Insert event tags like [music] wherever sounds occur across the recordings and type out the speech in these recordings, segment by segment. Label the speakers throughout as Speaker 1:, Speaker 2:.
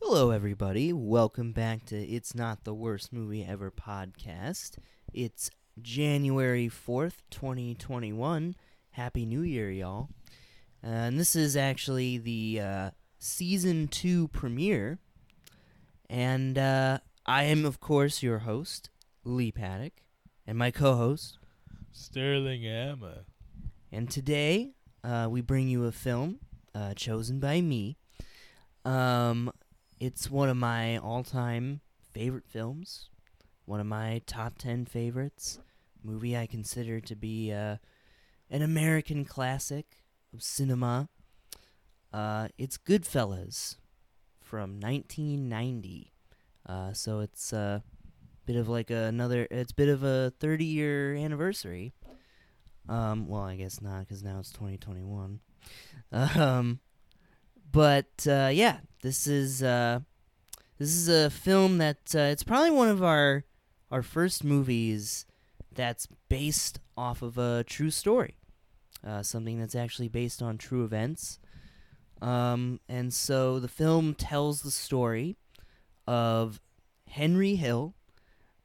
Speaker 1: Hello, everybody. Welcome back to It's Not the Worst Movie Ever podcast. It's January 4th, 2021. Happy New Year, y'all. Uh, and this is actually the uh, season two premiere. And uh, I am, of course, your host, Lee Paddock, and my co host.
Speaker 2: Sterling Emma.
Speaker 1: And today, uh, we bring you a film uh, chosen by me. Um, it's one of my all-time favorite films, one of my top ten favorites. Movie I consider to be uh, an American classic of cinema. Uh, it's Goodfellas from 1990. Uh, so it's a uh, bit of like another. It's a bit of a 30-year anniversary. Um, well, I guess not because now it's 2021. Um, but uh, yeah, this is uh, this is a film that uh, it's probably one of our our first movies that's based off of a true story, uh, something that's actually based on true events. Um, and so the film tells the story of Henry Hill,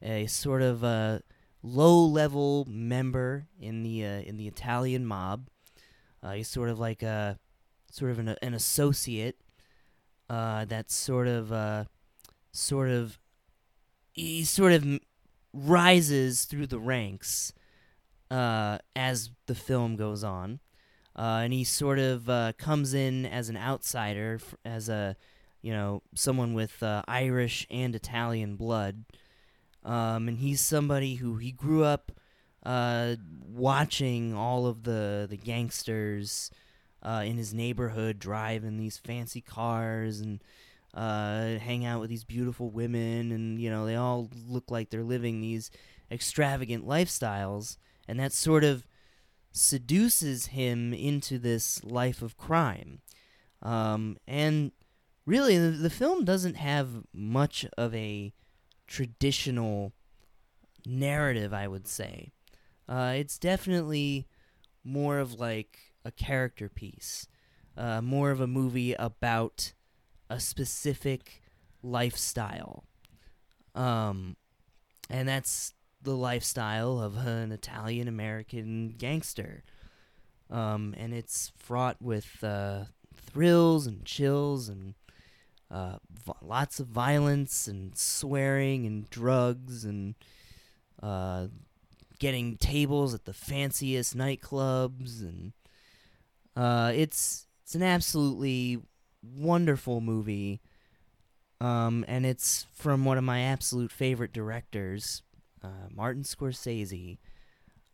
Speaker 1: a sort of uh, low-level member in the uh, in the Italian mob. Uh, he's sort of like a sort of an, an associate uh, that's sort of uh, sort of he sort of m- rises through the ranks uh, as the film goes on, uh, and he sort of uh, comes in as an outsider, f- as a you know someone with uh, Irish and Italian blood, um, and he's somebody who he grew up uh, watching all of the the gangsters uh, in his neighborhood, drive in these fancy cars and uh, hang out with these beautiful women, and you know they all look like they're living these extravagant lifestyles, and that sort of seduces him into this life of crime. Um, and really, the, the film doesn't have much of a traditional narrative, I would say. Uh, it's definitely more of like a character piece, uh, more of a movie about a specific lifestyle. Um, and that's the lifestyle of an Italian American gangster. Um, and it's fraught with uh, thrills and chills and uh, v- lots of violence and swearing and drugs and uh, getting tables at the fanciest nightclubs and uh, it's it's an absolutely wonderful movie um, and it's from one of my absolute favorite directors uh, Martin Scorsese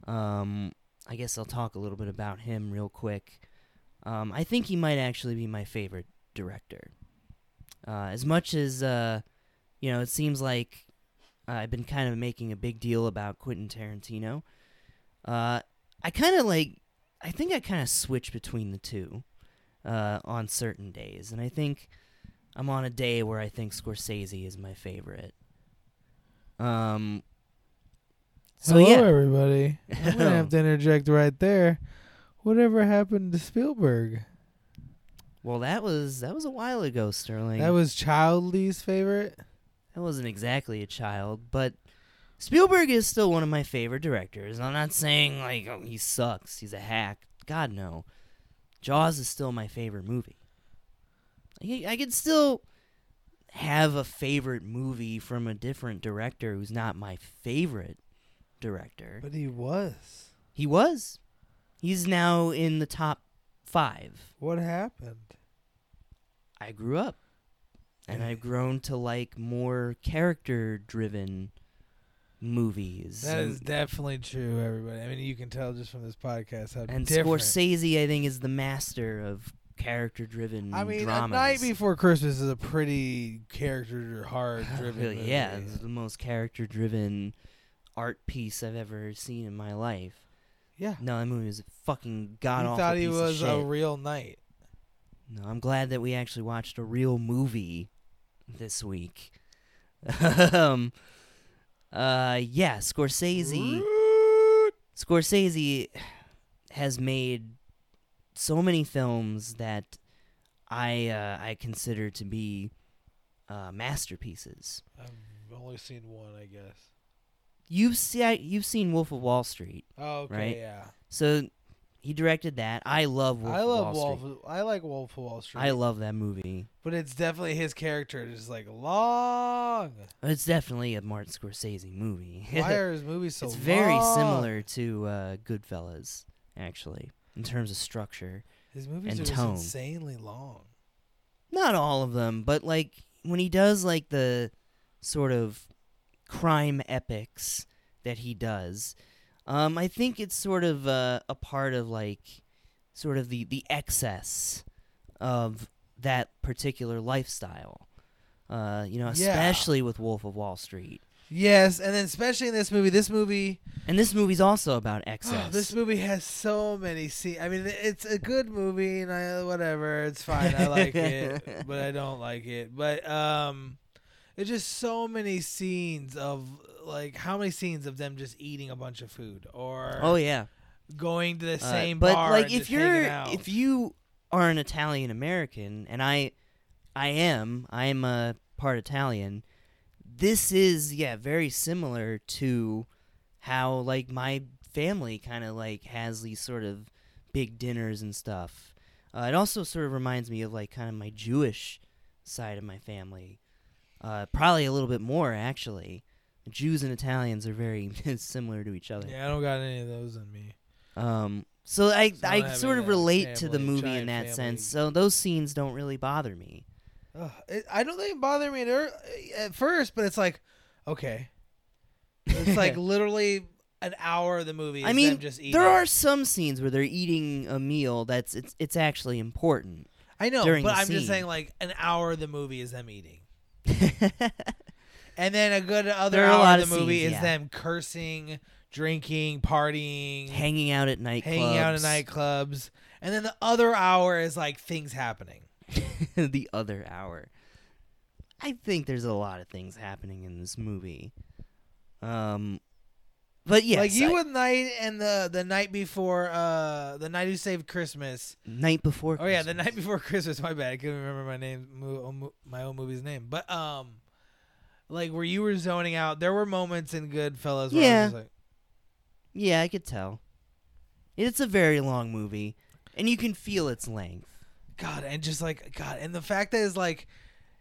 Speaker 1: um, I guess I'll talk a little bit about him real quick um, I think he might actually be my favorite director uh, as much as uh, you know it seems like I've been kind of making a big deal about Quentin Tarantino. Uh, I kind of like, I think I kind of switch between the two uh, on certain days, and I think I'm on a day where I think Scorsese is my favorite. Um. So
Speaker 2: Hello,
Speaker 1: yeah,
Speaker 2: everybody. I'm gonna [laughs] have to interject right there. Whatever happened to Spielberg?
Speaker 1: well that was that was a while ago, Sterling.
Speaker 2: That was Child Lee's favorite.
Speaker 1: I wasn't exactly a child, but Spielberg is still one of my favorite directors. I'm not saying like oh, he sucks, he's a hack. God no. Jaws is still my favorite movie. I, I could still have a favorite movie from a different director who's not my favorite director.
Speaker 2: But he was.
Speaker 1: He was. He's now in the top 5.
Speaker 2: What happened?
Speaker 1: I grew up and I've grown to like more character driven movies.
Speaker 2: That
Speaker 1: and-
Speaker 2: is definitely true, everybody. I mean, you can tell just from this podcast how
Speaker 1: And
Speaker 2: uh, different.
Speaker 1: Scorsese, I think, is the master of character-driven
Speaker 2: I mean,
Speaker 1: dramas.
Speaker 2: A Night Before Christmas is a pretty character
Speaker 1: [sighs]
Speaker 2: hard driven.
Speaker 1: Really,
Speaker 2: movie.
Speaker 1: yeah, it's the most character-driven art piece I've ever seen in my life.
Speaker 2: yeah.
Speaker 1: No, that movie was a fucking god
Speaker 2: you
Speaker 1: awful.
Speaker 2: thought he
Speaker 1: piece
Speaker 2: was
Speaker 1: of
Speaker 2: a
Speaker 1: shit.
Speaker 2: real knight.
Speaker 1: no, I'm glad that we actually watched a real movie this week. [laughs] um, uh, yeah, Scorsese.
Speaker 2: Root.
Speaker 1: Scorsese has made so many films that I uh, I consider to be uh, masterpieces.
Speaker 2: I've only seen one, I guess.
Speaker 1: You've see, you've seen Wolf of Wall Street,
Speaker 2: Oh, okay,
Speaker 1: Right?
Speaker 2: yeah.
Speaker 1: so he directed that. I love Wolf
Speaker 2: I
Speaker 1: of Wall
Speaker 2: love Wolf.
Speaker 1: Street.
Speaker 2: I like Wolf of Wall Street.
Speaker 1: I love that movie.
Speaker 2: but it's definitely his character is like
Speaker 1: [laughs]
Speaker 2: long.
Speaker 1: It's definitely a Martin Scorsese movie. [laughs]
Speaker 2: Why are his movies so?
Speaker 1: it's very
Speaker 2: long?
Speaker 1: similar to uh, Goodfellas, actually, in terms of structure.
Speaker 2: His movies
Speaker 1: and
Speaker 2: are just
Speaker 1: tone.
Speaker 2: insanely long.
Speaker 1: Not all of them, but like when he does like the sort of crime epics that he does, um, I think it's sort of uh, a part of like sort of the the excess of that particular lifestyle. Uh, you know,
Speaker 2: Yeah.
Speaker 1: especially with Wolf of Wall Street.
Speaker 2: Yes, and then especially in this movie,
Speaker 1: [gasps]
Speaker 2: this movie,
Speaker 1: And this movie's also about excess.
Speaker 2: [gasps] this movie has so many scenes. I mean, it's a good movie, and I whatever, it's fine. I
Speaker 1: [laughs]
Speaker 2: like it, but I don't like it. But um, it's just so many scenes of like how many scenes of them just eating a bunch of food or
Speaker 1: oh yeah.
Speaker 2: going to the
Speaker 1: Uh,
Speaker 2: same
Speaker 1: but
Speaker 2: bar.
Speaker 1: like
Speaker 2: and
Speaker 1: if
Speaker 2: just
Speaker 1: you're
Speaker 2: hanging out.
Speaker 1: if you are an Italian American and I I am I am a part Italian this is yeah very similar to how like my family kind of like has these sort of big dinners and stuff uh, it also sort of reminds me of like kind of my Jewish side of my family uh, probably a little bit more actually Jews and Italians are very [laughs] similar to each other
Speaker 2: yeah, I don't got any of those in me.
Speaker 1: um, so I
Speaker 2: So
Speaker 1: I
Speaker 2: having
Speaker 1: sort of
Speaker 2: a
Speaker 1: relate to the
Speaker 2: family-
Speaker 1: movie in
Speaker 2: giant
Speaker 1: that
Speaker 2: family-
Speaker 1: sense. So those scenes don't really bother me.
Speaker 2: Ugh, it, I don't think it bothered me at, er, at first, but it's like, okay,
Speaker 1: [laughs]
Speaker 2: it's like literally an hour of the movie.
Speaker 1: I
Speaker 2: is
Speaker 1: mean,
Speaker 2: them just eating.
Speaker 1: there are some scenes where they're eating a meal that's it's it's actually
Speaker 2: [laughs]
Speaker 1: important.
Speaker 2: I know,
Speaker 1: during
Speaker 2: but
Speaker 1: the
Speaker 2: I'm just
Speaker 1: scene.
Speaker 2: saying, like an hour of the movie is them eating, and then a good other
Speaker 1: There are a
Speaker 2: hour
Speaker 1: lot
Speaker 2: of the
Speaker 1: of
Speaker 2: movie
Speaker 1: scenes,
Speaker 2: is
Speaker 1: yeah.
Speaker 2: them cursing, drinking, partying,
Speaker 1: Hanging out at night,
Speaker 2: hanging out in nightclubs, and then the other hour is like things happening.
Speaker 1: night, [laughs] the other hour. I think there's a lot of things happening in this movie. Um, but yes,
Speaker 2: like you
Speaker 1: I-
Speaker 2: with night and the the night before, uh, the night who saved Christmas.
Speaker 1: night before.
Speaker 2: Oh yeah, the
Speaker 1: Christmas.
Speaker 2: night before Christmas. My bad. I couldn't remember my name, mo- oh, mo- my own movie's name. But um, like where you were zoning out, there were moments in Goodfellas. Where I
Speaker 1: Yeah.
Speaker 2: was just like,
Speaker 1: Yeah, I could tell. It's a very long movie, and you can feel its length.
Speaker 2: God, and just like God, and the fact that is like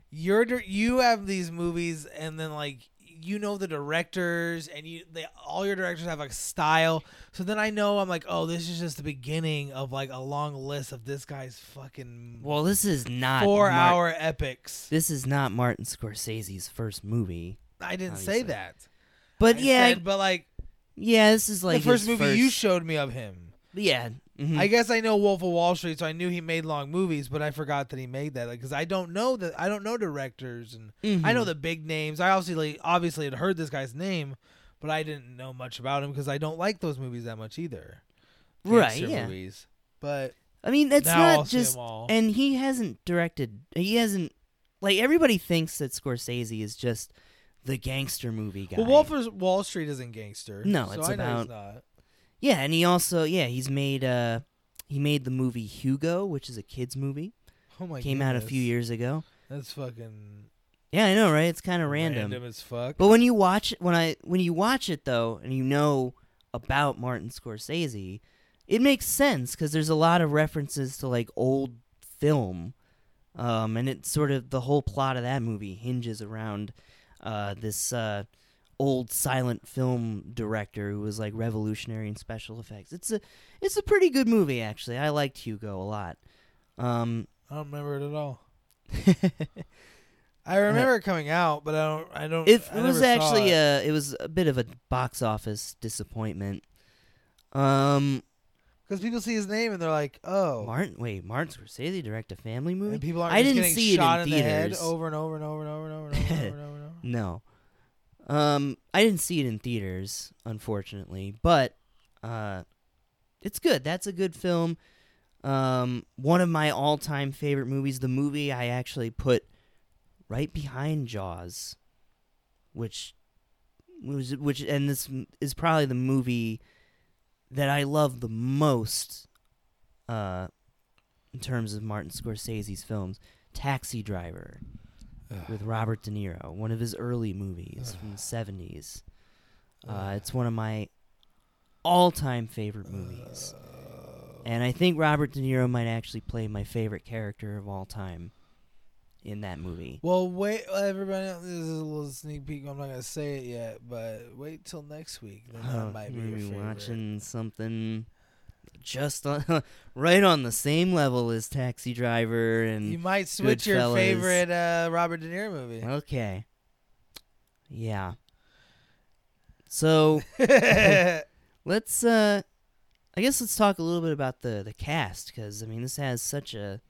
Speaker 2: you're dir- you have these movies, and then like you know the directors, and you they all your directors have like style. So then I know I'm like, oh, this is just the beginning of like a long list of this guy's fucking
Speaker 1: Well, this is not
Speaker 2: four
Speaker 1: Mar-
Speaker 2: hour epics.
Speaker 1: This is not Martin Scorsese's first movie,
Speaker 2: I didn't say
Speaker 1: obviously.
Speaker 2: that,
Speaker 1: but
Speaker 2: I
Speaker 1: yeah,
Speaker 2: said, but like.
Speaker 1: yeah, this is like
Speaker 2: the first
Speaker 1: his
Speaker 2: movie you
Speaker 1: first-
Speaker 2: showed me of him.
Speaker 1: yeah, mhm.
Speaker 2: I guess I know Wolf of Wall Street, so I knew he made long movies, but I forgot that he made that because I don't know that I don't know directors and I know
Speaker 1: Mhm.
Speaker 2: the big names. I obviously obviously had heard this guy's name, but I didn't know much about him because I don't like those movies that much either.
Speaker 1: right.
Speaker 2: Gangster
Speaker 1: Yeah,
Speaker 2: movies. But
Speaker 1: I mean that's
Speaker 2: now I'll
Speaker 1: not
Speaker 2: see 'em
Speaker 1: just,
Speaker 2: all.
Speaker 1: and he hasn't directed. He hasn't like everybody thinks that Scorsese is just the gangster movie guy.
Speaker 2: well, Wolf of Wall Street isn't gangster.
Speaker 1: No,
Speaker 2: so
Speaker 1: it's
Speaker 2: I know he's
Speaker 1: about-
Speaker 2: not.
Speaker 1: yeah, and he also yeah he's made uh he made the movie Hugo, which is a kids movie,
Speaker 2: Oh my
Speaker 1: came out a few
Speaker 2: goodness.
Speaker 1: years ago.
Speaker 2: That's fucking
Speaker 1: Yeah, I know, right? It's kind of
Speaker 2: random as fuck.
Speaker 1: But when you watch when I when you watch it though, and you know about Martin Scorsese, it makes sense because there's a lot of references to like old film, um, and it's sort of the whole plot of that movie hinges around uh, this uh, old silent film director who was like revolutionary in special effects. It's a it's a pretty good movie actually. I liked Hugo a lot. Um, [laughs]
Speaker 2: I don't remember it at all. I remember it coming out, but I don't. I don't.
Speaker 1: If
Speaker 2: I
Speaker 1: it was
Speaker 2: never saw
Speaker 1: actually
Speaker 2: it.
Speaker 1: a, it was a bit of a box office disappointment. Um,
Speaker 2: because people see his name and they're like, "Oh."
Speaker 1: Martin, wait, Martin Scorsese direct a family movie?
Speaker 2: And people aren't
Speaker 1: I
Speaker 2: just
Speaker 1: didn't
Speaker 2: getting
Speaker 1: see it
Speaker 2: shot
Speaker 1: in
Speaker 2: in, the head
Speaker 1: theaters.
Speaker 2: over and over and over and over and over and over and over and over. And over.
Speaker 1: No, um, I didn't see it in theaters, unfortunately, but uh, it's good. That's a good film. Um, one of my all-time favorite movies. The movie I actually put right behind Jaws, which was which, and this m- is probably the movie that I love the most. Uh, in terms of Martin Scorsese's films, Taxi Driver. [laughs] with Robert De Niro, one of his early movies from the 70s. Uh, it's one of my all time favorite movies.
Speaker 2: Oh.
Speaker 1: And I think Robert De Niro might actually play my favorite character of all time in that movie.
Speaker 2: Well, wait, everybody. This is a little sneak peek. I'm not gonna say it yet, but wait till next week. Then
Speaker 1: Oh,
Speaker 2: that might be
Speaker 1: you're
Speaker 2: your
Speaker 1: gonna
Speaker 2: favorite.
Speaker 1: watching something just on, [laughs] right on the same level as Taxi Driver and
Speaker 2: You might switch your
Speaker 1: Goodfellas.
Speaker 2: favorite uh, Robert De Niro movie.
Speaker 1: Okay. Yeah. So
Speaker 2: [laughs]
Speaker 1: [laughs] let's, uh, I guess let's talk a little bit about the the cast because I mean this has such a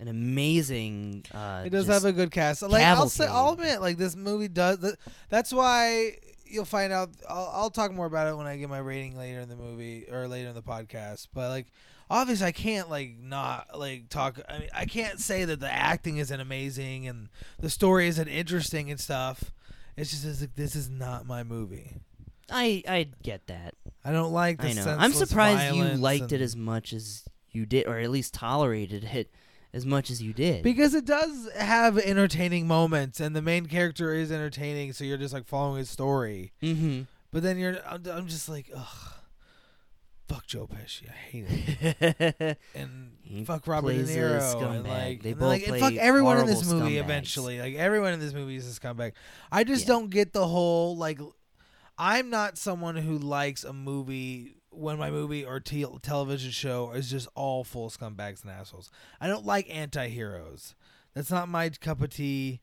Speaker 1: an amazing. Uh,
Speaker 2: it does
Speaker 1: just-
Speaker 2: have a good cast. Like I'll say,
Speaker 1: cavalcade.
Speaker 2: I'll admit, like this movie does. th- That's why you'll find out. I'll, I'll talk more about it when I get my rating later in the movie or later in the podcast. But like, obviously, I can't like not like talk. I mean, I can't say that the acting isn't amazing and the story isn't interesting and stuff. It's just it's like, this is not my movie.
Speaker 1: I I get that.
Speaker 2: I don't like. The
Speaker 1: I know. I'm surprised you liked it
Speaker 2: it as.
Speaker 1: as much as you did, or at least tolerated it as much as you did.
Speaker 2: Because it does have entertaining moments, and the main character is entertaining, so you're just like following his story.
Speaker 1: mm-hmm. [laughs]
Speaker 2: But then you're, I'm, I'm just like, ugh, fuck Joe Pesci, I hate it, and
Speaker 1: He
Speaker 2: fuck Robert De
Speaker 1: plays a
Speaker 2: Niro,
Speaker 1: scumbag.
Speaker 2: and like,
Speaker 1: They
Speaker 2: and then, like,
Speaker 1: both
Speaker 2: and fuck
Speaker 1: play
Speaker 2: everyone in this
Speaker 1: horrible
Speaker 2: movie
Speaker 1: scumbags.
Speaker 2: eventually. Like everyone in this movie is a scumbag. I just
Speaker 1: Yeah.
Speaker 2: don't get the whole like. I'm not someone who likes a movie when my movie or te- television show is just all full scumbags and assholes. I don't like anti-heroes. That's not my cup of tea.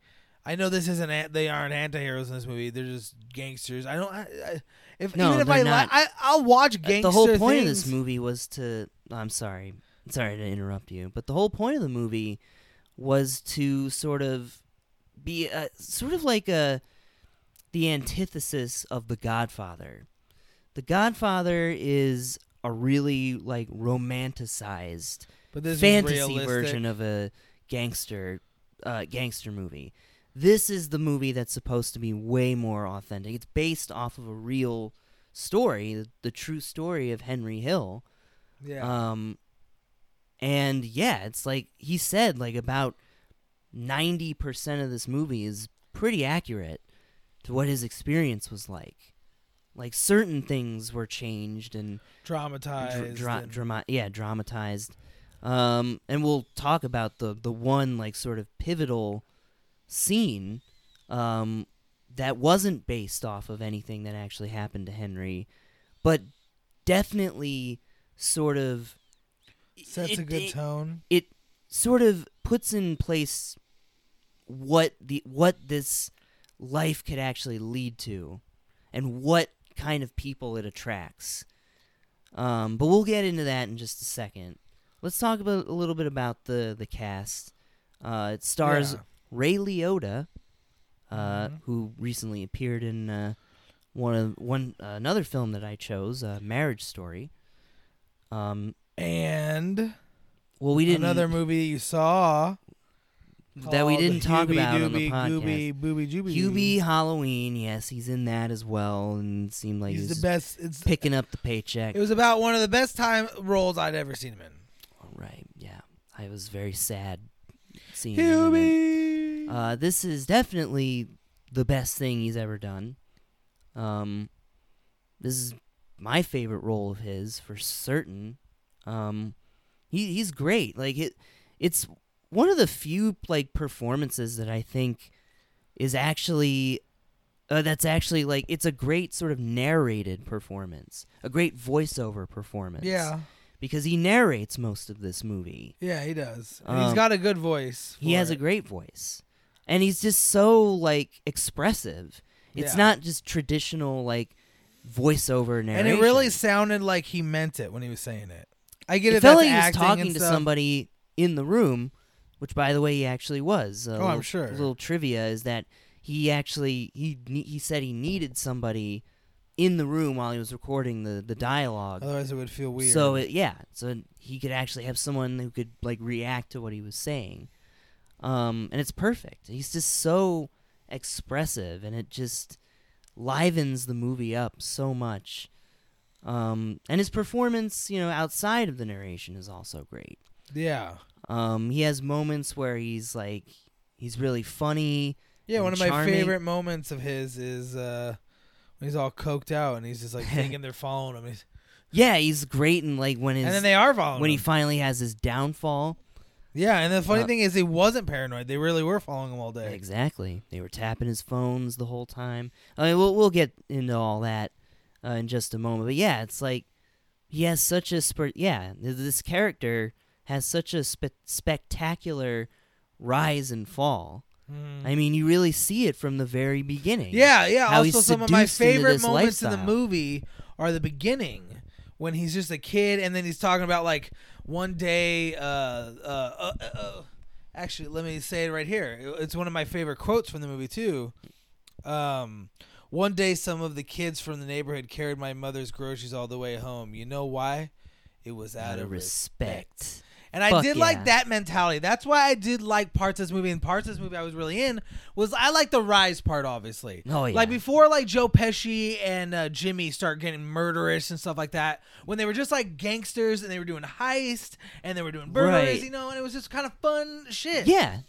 Speaker 2: I know this isn't an- they aren't anti-heroes in this movie. They're just gangsters. I don't I, I, if
Speaker 1: No,
Speaker 2: even if
Speaker 1: they're
Speaker 2: I
Speaker 1: not.
Speaker 2: like I I'll watch gangster
Speaker 1: Uh, the whole point of
Speaker 2: things.
Speaker 1: this movie was to i'm sorry sorry to interrupt you but the whole point of the movie was to sort of be a, sort of like a the antithesis of the godfather the godfather is a really like romanticized
Speaker 2: but this is
Speaker 1: fantasy
Speaker 2: realistic.
Speaker 1: version of a gangster uh, gangster movie. This is the movie that's supposed to be way more authentic. It's based off of a real story, the, the true story of Henry Hill.
Speaker 2: Yeah.
Speaker 1: Um, and yeah, it's like he said, like about ninety percent of this movie is pretty accurate to what his experience was like. Like certain things were changed and
Speaker 2: dramatized.
Speaker 1: dra-
Speaker 2: and-
Speaker 1: drama- yeah, dramatized. Um, and we'll talk about the the one like sort of pivotal scene um, that wasn't based off of anything that actually happened to Henry, but definitely sort of
Speaker 2: sets
Speaker 1: it-
Speaker 2: a good
Speaker 1: it-
Speaker 2: tone.
Speaker 1: it sort of puts in place what the what this life could actually lead to and what kind of people it attracts um, but we'll get into that in just a second let's talk about a little bit about the the cast uh, it stars
Speaker 2: Yeah.
Speaker 1: ray liotta uh,
Speaker 2: Mhm.
Speaker 1: who recently appeared in uh, one of one uh, another film that i chose uh, marriage story um,
Speaker 2: and
Speaker 1: well we didn't
Speaker 2: another movie that you saw
Speaker 1: that we
Speaker 2: called
Speaker 1: didn't talk
Speaker 2: Hubie
Speaker 1: about on
Speaker 2: Dooby
Speaker 1: the podcast.
Speaker 2: Gooby Booby Jooby.
Speaker 1: Hubie Halloween, yes, he's in that as well, and seemed like
Speaker 2: He's
Speaker 1: he was
Speaker 2: the best. It's
Speaker 1: picking up the paycheck.
Speaker 2: it was about one of the best time roles I'd ever seen him in.
Speaker 1: All right, yeah, I was very sad seeing him. in it.
Speaker 2: Hubie.
Speaker 1: Uh, this is definitely the best thing he's ever done. Um, this is my favorite role of his for certain. Um, he he's great. Like it, it's one of the few like performances that I think is actually uh, that's actually like it's a great sort of narrated performance, a great voiceover performance.
Speaker 2: yeah,
Speaker 1: because he narrates most of this movie.
Speaker 2: yeah, he does. And he's
Speaker 1: Um,
Speaker 2: got a good voice.
Speaker 1: He
Speaker 2: for
Speaker 1: has a
Speaker 2: it.
Speaker 1: great voice. And he's just so like expressive. It's
Speaker 2: Yeah.
Speaker 1: not just traditional like voiceover narration.
Speaker 2: and it really sounded like he meant it when he was saying it. I get
Speaker 1: it
Speaker 2: it.
Speaker 1: felt
Speaker 2: that's
Speaker 1: like he was
Speaker 2: acting and
Speaker 1: talking to
Speaker 2: stuff.
Speaker 1: somebody in the room, which by the way he actually was. A
Speaker 2: Oh, I'm
Speaker 1: little,
Speaker 2: sure.
Speaker 1: A little trivia is that he actually he ne- he said he needed somebody in the room while he was recording the the dialogue.
Speaker 2: Otherwise, it would feel weird.
Speaker 1: So it, yeah, so he could actually have someone who could like react to what he was saying, um, and it's perfect. He's just so expressive, and it just livens the movie up so much. Um, and his performance, you know, outside of the narration is also great.
Speaker 2: yeah,
Speaker 1: Um, he has moments where he's like He's really funny.
Speaker 2: Yeah,
Speaker 1: and
Speaker 2: one of my
Speaker 1: charming.
Speaker 2: favorite moments of his is uh, when he's all coked out and he's
Speaker 1: [laughs]
Speaker 2: just like thinking they're following him. He's,
Speaker 1: Yeah, he's great and like when his
Speaker 2: and then they are following
Speaker 1: when he
Speaker 2: him.
Speaker 1: finally has his downfall.
Speaker 2: yeah, and the funny
Speaker 1: Uh,
Speaker 2: thing is he wasn't paranoid. They really were following him all day.
Speaker 1: Exactly. They were tapping his phones the whole time. I mean, we'll we'll get into all that uh, in just a moment. But yeah, it's like he has such a spur. Yeah, th- this character has such a spe- spectacular rise and fall.
Speaker 2: Mm.
Speaker 1: I mean, you really see it from the very beginning.
Speaker 2: Yeah, yeah.
Speaker 1: How he's
Speaker 2: also, some of my
Speaker 1: seduced into
Speaker 2: favorite
Speaker 1: this
Speaker 2: moments in the
Speaker 1: lifestyle.
Speaker 2: movie are the beginning when he's just a kid, and then he's talking about like one day. Uh, uh, uh, uh, actually, let me say it right here. It- It's one of my favorite quotes from the movie too. Um, one day, some of the kids from the neighborhood carried my mother's groceries all the way home. You know why? It was out,
Speaker 1: out of respect.
Speaker 2: and I
Speaker 1: Fuck
Speaker 2: did
Speaker 1: yeah.
Speaker 2: like that mentality. That's why I did like parts of this movie. And parts of this movie I was really in was I like the rise part, obviously.
Speaker 1: Oh, yeah.
Speaker 2: Like before, like Joe Pesci and uh, Jimmy start getting murderous and stuff like that. When they were just like gangsters and they were doing heist and they were doing burglaries,
Speaker 1: Right.
Speaker 2: you know, and it was just kind of fun shit.
Speaker 1: Yeah,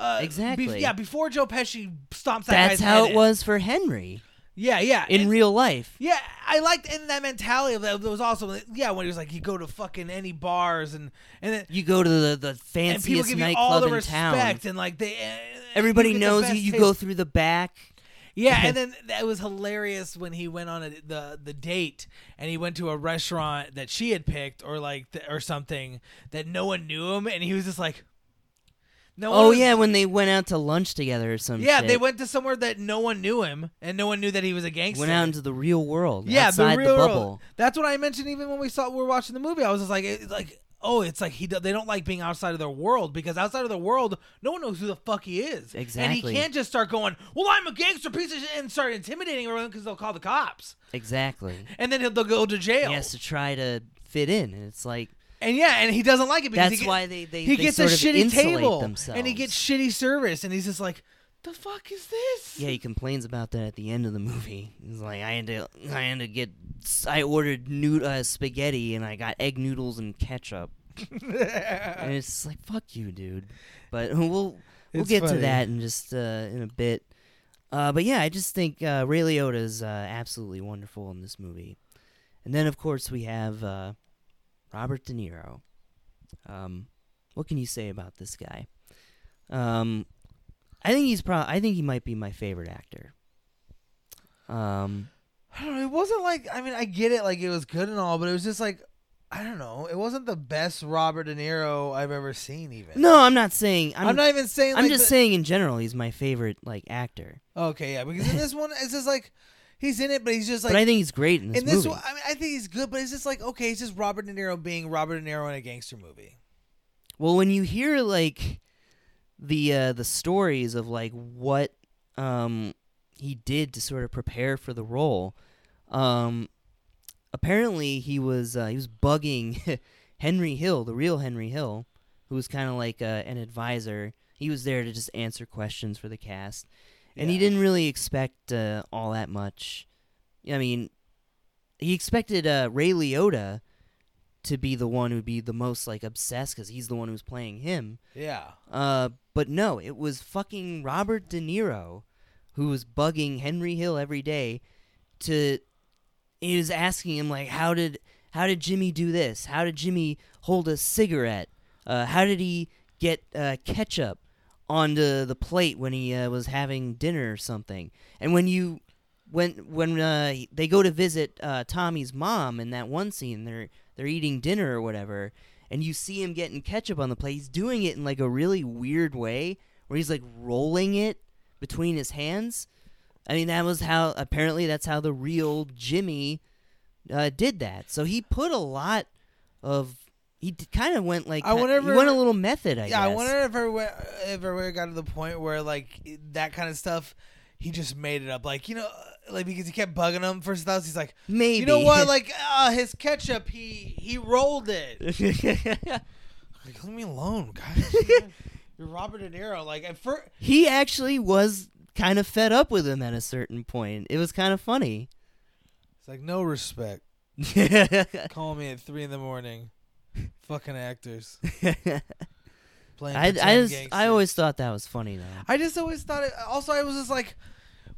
Speaker 2: uh,
Speaker 1: exactly.
Speaker 2: yeah, before Joe Pesci stomps that guy's
Speaker 1: that's how
Speaker 2: head
Speaker 1: it
Speaker 2: in.
Speaker 1: was for Henry
Speaker 2: Yeah, yeah.
Speaker 1: in
Speaker 2: And-
Speaker 1: real life.
Speaker 2: yeah, I liked in that mentality of that. There was also yeah when he was like you go to fucking any bars and and then
Speaker 1: You go to the the
Speaker 2: and people
Speaker 1: fanciest
Speaker 2: give you all
Speaker 1: nightclub
Speaker 2: the
Speaker 1: in town.
Speaker 2: respect and like they and
Speaker 1: Everybody
Speaker 2: you get the
Speaker 1: knows you.
Speaker 2: best
Speaker 1: You
Speaker 2: taste.
Speaker 1: go through the back.
Speaker 2: yeah and then that was hilarious when he went on a, the the date and he went to a restaurant that she had picked or like th- or something that no one knew him and he was just like no one
Speaker 1: Oh
Speaker 2: was-
Speaker 1: yeah, when they went out to lunch together or some.
Speaker 2: yeah
Speaker 1: shit.
Speaker 2: they went to somewhere that no one knew him and no one knew that he was a gangster
Speaker 1: Went out into the real world.
Speaker 2: yeah,
Speaker 1: outside
Speaker 2: the real world.
Speaker 1: bubble.
Speaker 2: That's what I mentioned even when we saw we were watching the movie. I was just like, it's like, oh, it's like he do- they don't like being outside of their world because outside of their world, no one knows who the fuck he is. and he
Speaker 1: Exactly.
Speaker 2: can't just start going, well, I'm a gangster piece of shit, and start intimidating everyone because they'll call the cops,
Speaker 1: Exactly.
Speaker 2: and then he'll, they'll go to jail.
Speaker 1: He has to try to fit in, and it's like
Speaker 2: and yeah, and he doesn't like it because
Speaker 1: that's
Speaker 2: he get-
Speaker 1: why they they
Speaker 2: he
Speaker 1: they
Speaker 2: gets
Speaker 1: sort
Speaker 2: a
Speaker 1: of
Speaker 2: shitty
Speaker 1: insulate
Speaker 2: table
Speaker 1: themselves.
Speaker 2: and he gets shitty service, and he's just like, the fuck is this?
Speaker 1: Yeah, he complains about that at the end of the movie. He's like, I had to, I had to get, I ordered nood- uh, spaghetti and I got egg noodles and ketchup, and it's just like, fuck you, dude. But [laughs] we'll we'll
Speaker 2: It's
Speaker 1: get
Speaker 2: funny.
Speaker 1: to that in just uh, in a bit. Uh, but yeah, I just think uh, Ray Liotta is uh, absolutely wonderful in this movie, and then of course we have uh, Robert De Niro. Um, what can you say about this guy? Um, I think he's pro. I think he might be my favorite actor. Um,
Speaker 2: I don't know. It wasn't like I mean I get it like it was good and all, but it was just like I don't know. It wasn't the best Robert De Niro I've ever seen. Even
Speaker 1: no, I'm not saying. I'm,
Speaker 2: I'm, not even saying.
Speaker 1: I'm
Speaker 2: like,
Speaker 1: just
Speaker 2: the-
Speaker 1: saying in general, he's my favorite like actor.
Speaker 2: Okay, yeah, because
Speaker 1: [laughs]
Speaker 2: in this one it's just like he's in it, but he's just like
Speaker 1: but I think he's great in this,
Speaker 2: in this
Speaker 1: movie.
Speaker 2: one. I mean, I think he's good, but it's just like okay, it's just Robert De Niro being Robert De Niro in a gangster movie.
Speaker 1: Well, when you hear like the uh, the stories of like what um, he did to sort of prepare for the role, um, apparently he was uh, he was bugging [laughs] Henry Hill, the real Henry Hill, who was kind of like uh, an advisor. He was there to just answer questions for the cast, and he
Speaker 2: Yeah.
Speaker 1: didn't really expect uh, all that much. I mean, he expected uh, Ray Liotta to be the one who'd be the most like obsessed because he's the one who's playing him.
Speaker 2: Yeah,
Speaker 1: Uh, but no, it was fucking Robert De Niro who was bugging Henry Hill every day to. He was asking him like, how did how did Jimmy do this? How did Jimmy hold a cigarette? Uh, how did he get uh, ketchup onto the plate when he uh, was having dinner or something? And when you when when uh, they go to visit uh, Tommy's mom in that one scene, they're they're eating dinner or whatever, and you see him getting ketchup on the plate. He's doing it in like a really weird way, where he's like rolling it between his hands. I mean, that was how apparently that's how the real Jimmy uh, did that. So he put a lot of he d- kind of went like
Speaker 2: I
Speaker 1: ki-
Speaker 2: wonder
Speaker 1: he
Speaker 2: if-
Speaker 1: went a little method. I
Speaker 2: yeah. I
Speaker 1: guess.
Speaker 2: wonder if everywhere if everywhere got to the point where like that kind of stuff, he just made it up. Like you know, like because he kept bugging him for stuff. He's like.
Speaker 1: maybe
Speaker 2: You know what? [laughs] Like uh, his ketchup, he he
Speaker 1: [laughs]
Speaker 2: rolled it. Like, [laughs] leave me alone, guys. [laughs] You're Robert De Niro. Like at first,
Speaker 1: he actually was kind of fed up with him at a certain point. It was kind of
Speaker 2: [laughs]
Speaker 1: funny.
Speaker 2: it's like no respect.
Speaker 1: yeah,
Speaker 2: [laughs] Call me at three in the morning. Fucking actors. playing.
Speaker 1: I, I
Speaker 2: pretend
Speaker 1: just I
Speaker 2: gangsters.
Speaker 1: always thought that was funny though.
Speaker 2: I just always thought it. Also, I was just like,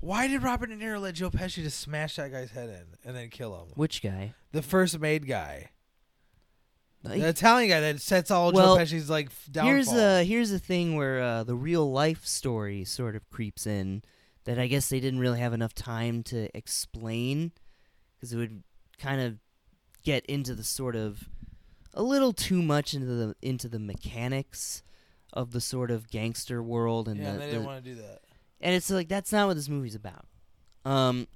Speaker 2: why did Robert De Niro let Joe Pesci just smash that guy's head in and then kill him?
Speaker 1: Which guy?
Speaker 2: The first made guy,
Speaker 1: Like,
Speaker 2: the Italian guy that sets all
Speaker 1: Well,
Speaker 2: Joe Pesci's like f- downfall.
Speaker 1: here's a here's a thing where uh, the real life story sort of creeps in that I guess they didn't really have enough time to explain because it would kind of get into the sort of a little too much into the into the mechanics of the sort of gangster world and
Speaker 2: yeah,
Speaker 1: the,
Speaker 2: they
Speaker 1: the-
Speaker 2: didn't want to do that.
Speaker 1: and it's like that's not what this movie's about. Um,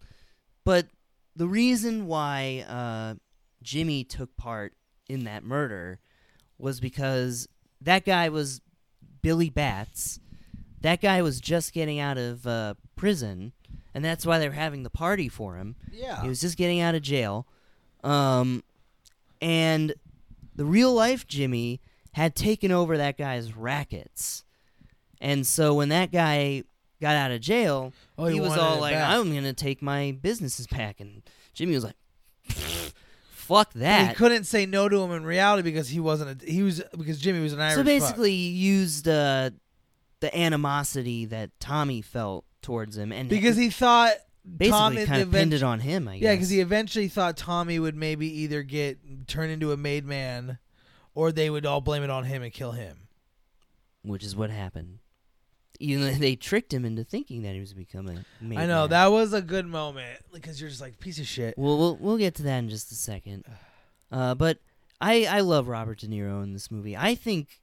Speaker 1: but the reason why uh, Jimmy took part in that murder was because that guy was Billy Bats. That guy was just getting out of uh, prison, and that's why they were having the party for him.
Speaker 2: Yeah,
Speaker 1: He was just getting out of jail. Um, and the real life Jimmy had taken over that guy's rackets. And so when that guy got out of jail,
Speaker 2: oh,
Speaker 1: he, was
Speaker 2: wanted
Speaker 1: all
Speaker 2: it
Speaker 1: like,
Speaker 2: back.
Speaker 1: I'm going to take my businesses back. And Jimmy was like, fuck
Speaker 2: And he
Speaker 1: that.
Speaker 2: couldn't say no to him in reality because he wasn't. A, he was because Jimmy was an Irish.
Speaker 1: So
Speaker 2: fuck.
Speaker 1: basically, you used uh, the animosity that Tommy felt towards him. And
Speaker 2: because he thought Tom
Speaker 1: basically
Speaker 2: had
Speaker 1: kind of pinned
Speaker 2: eventually-
Speaker 1: it on him, I guess.
Speaker 2: Yeah, because he eventually thought Tommy would maybe either get turned into a made man, or they would all blame it on him and kill him.
Speaker 1: which is what happened. You know, [laughs] they tricked him into thinking that he was becoming. a made
Speaker 2: I know
Speaker 1: man.
Speaker 2: that was a good moment because you're just like piece of shit.
Speaker 1: Well, we'll we'll get to that in just a
Speaker 2: [sighs]
Speaker 1: second. Uh, but I I love Robert De Niro in this movie. I think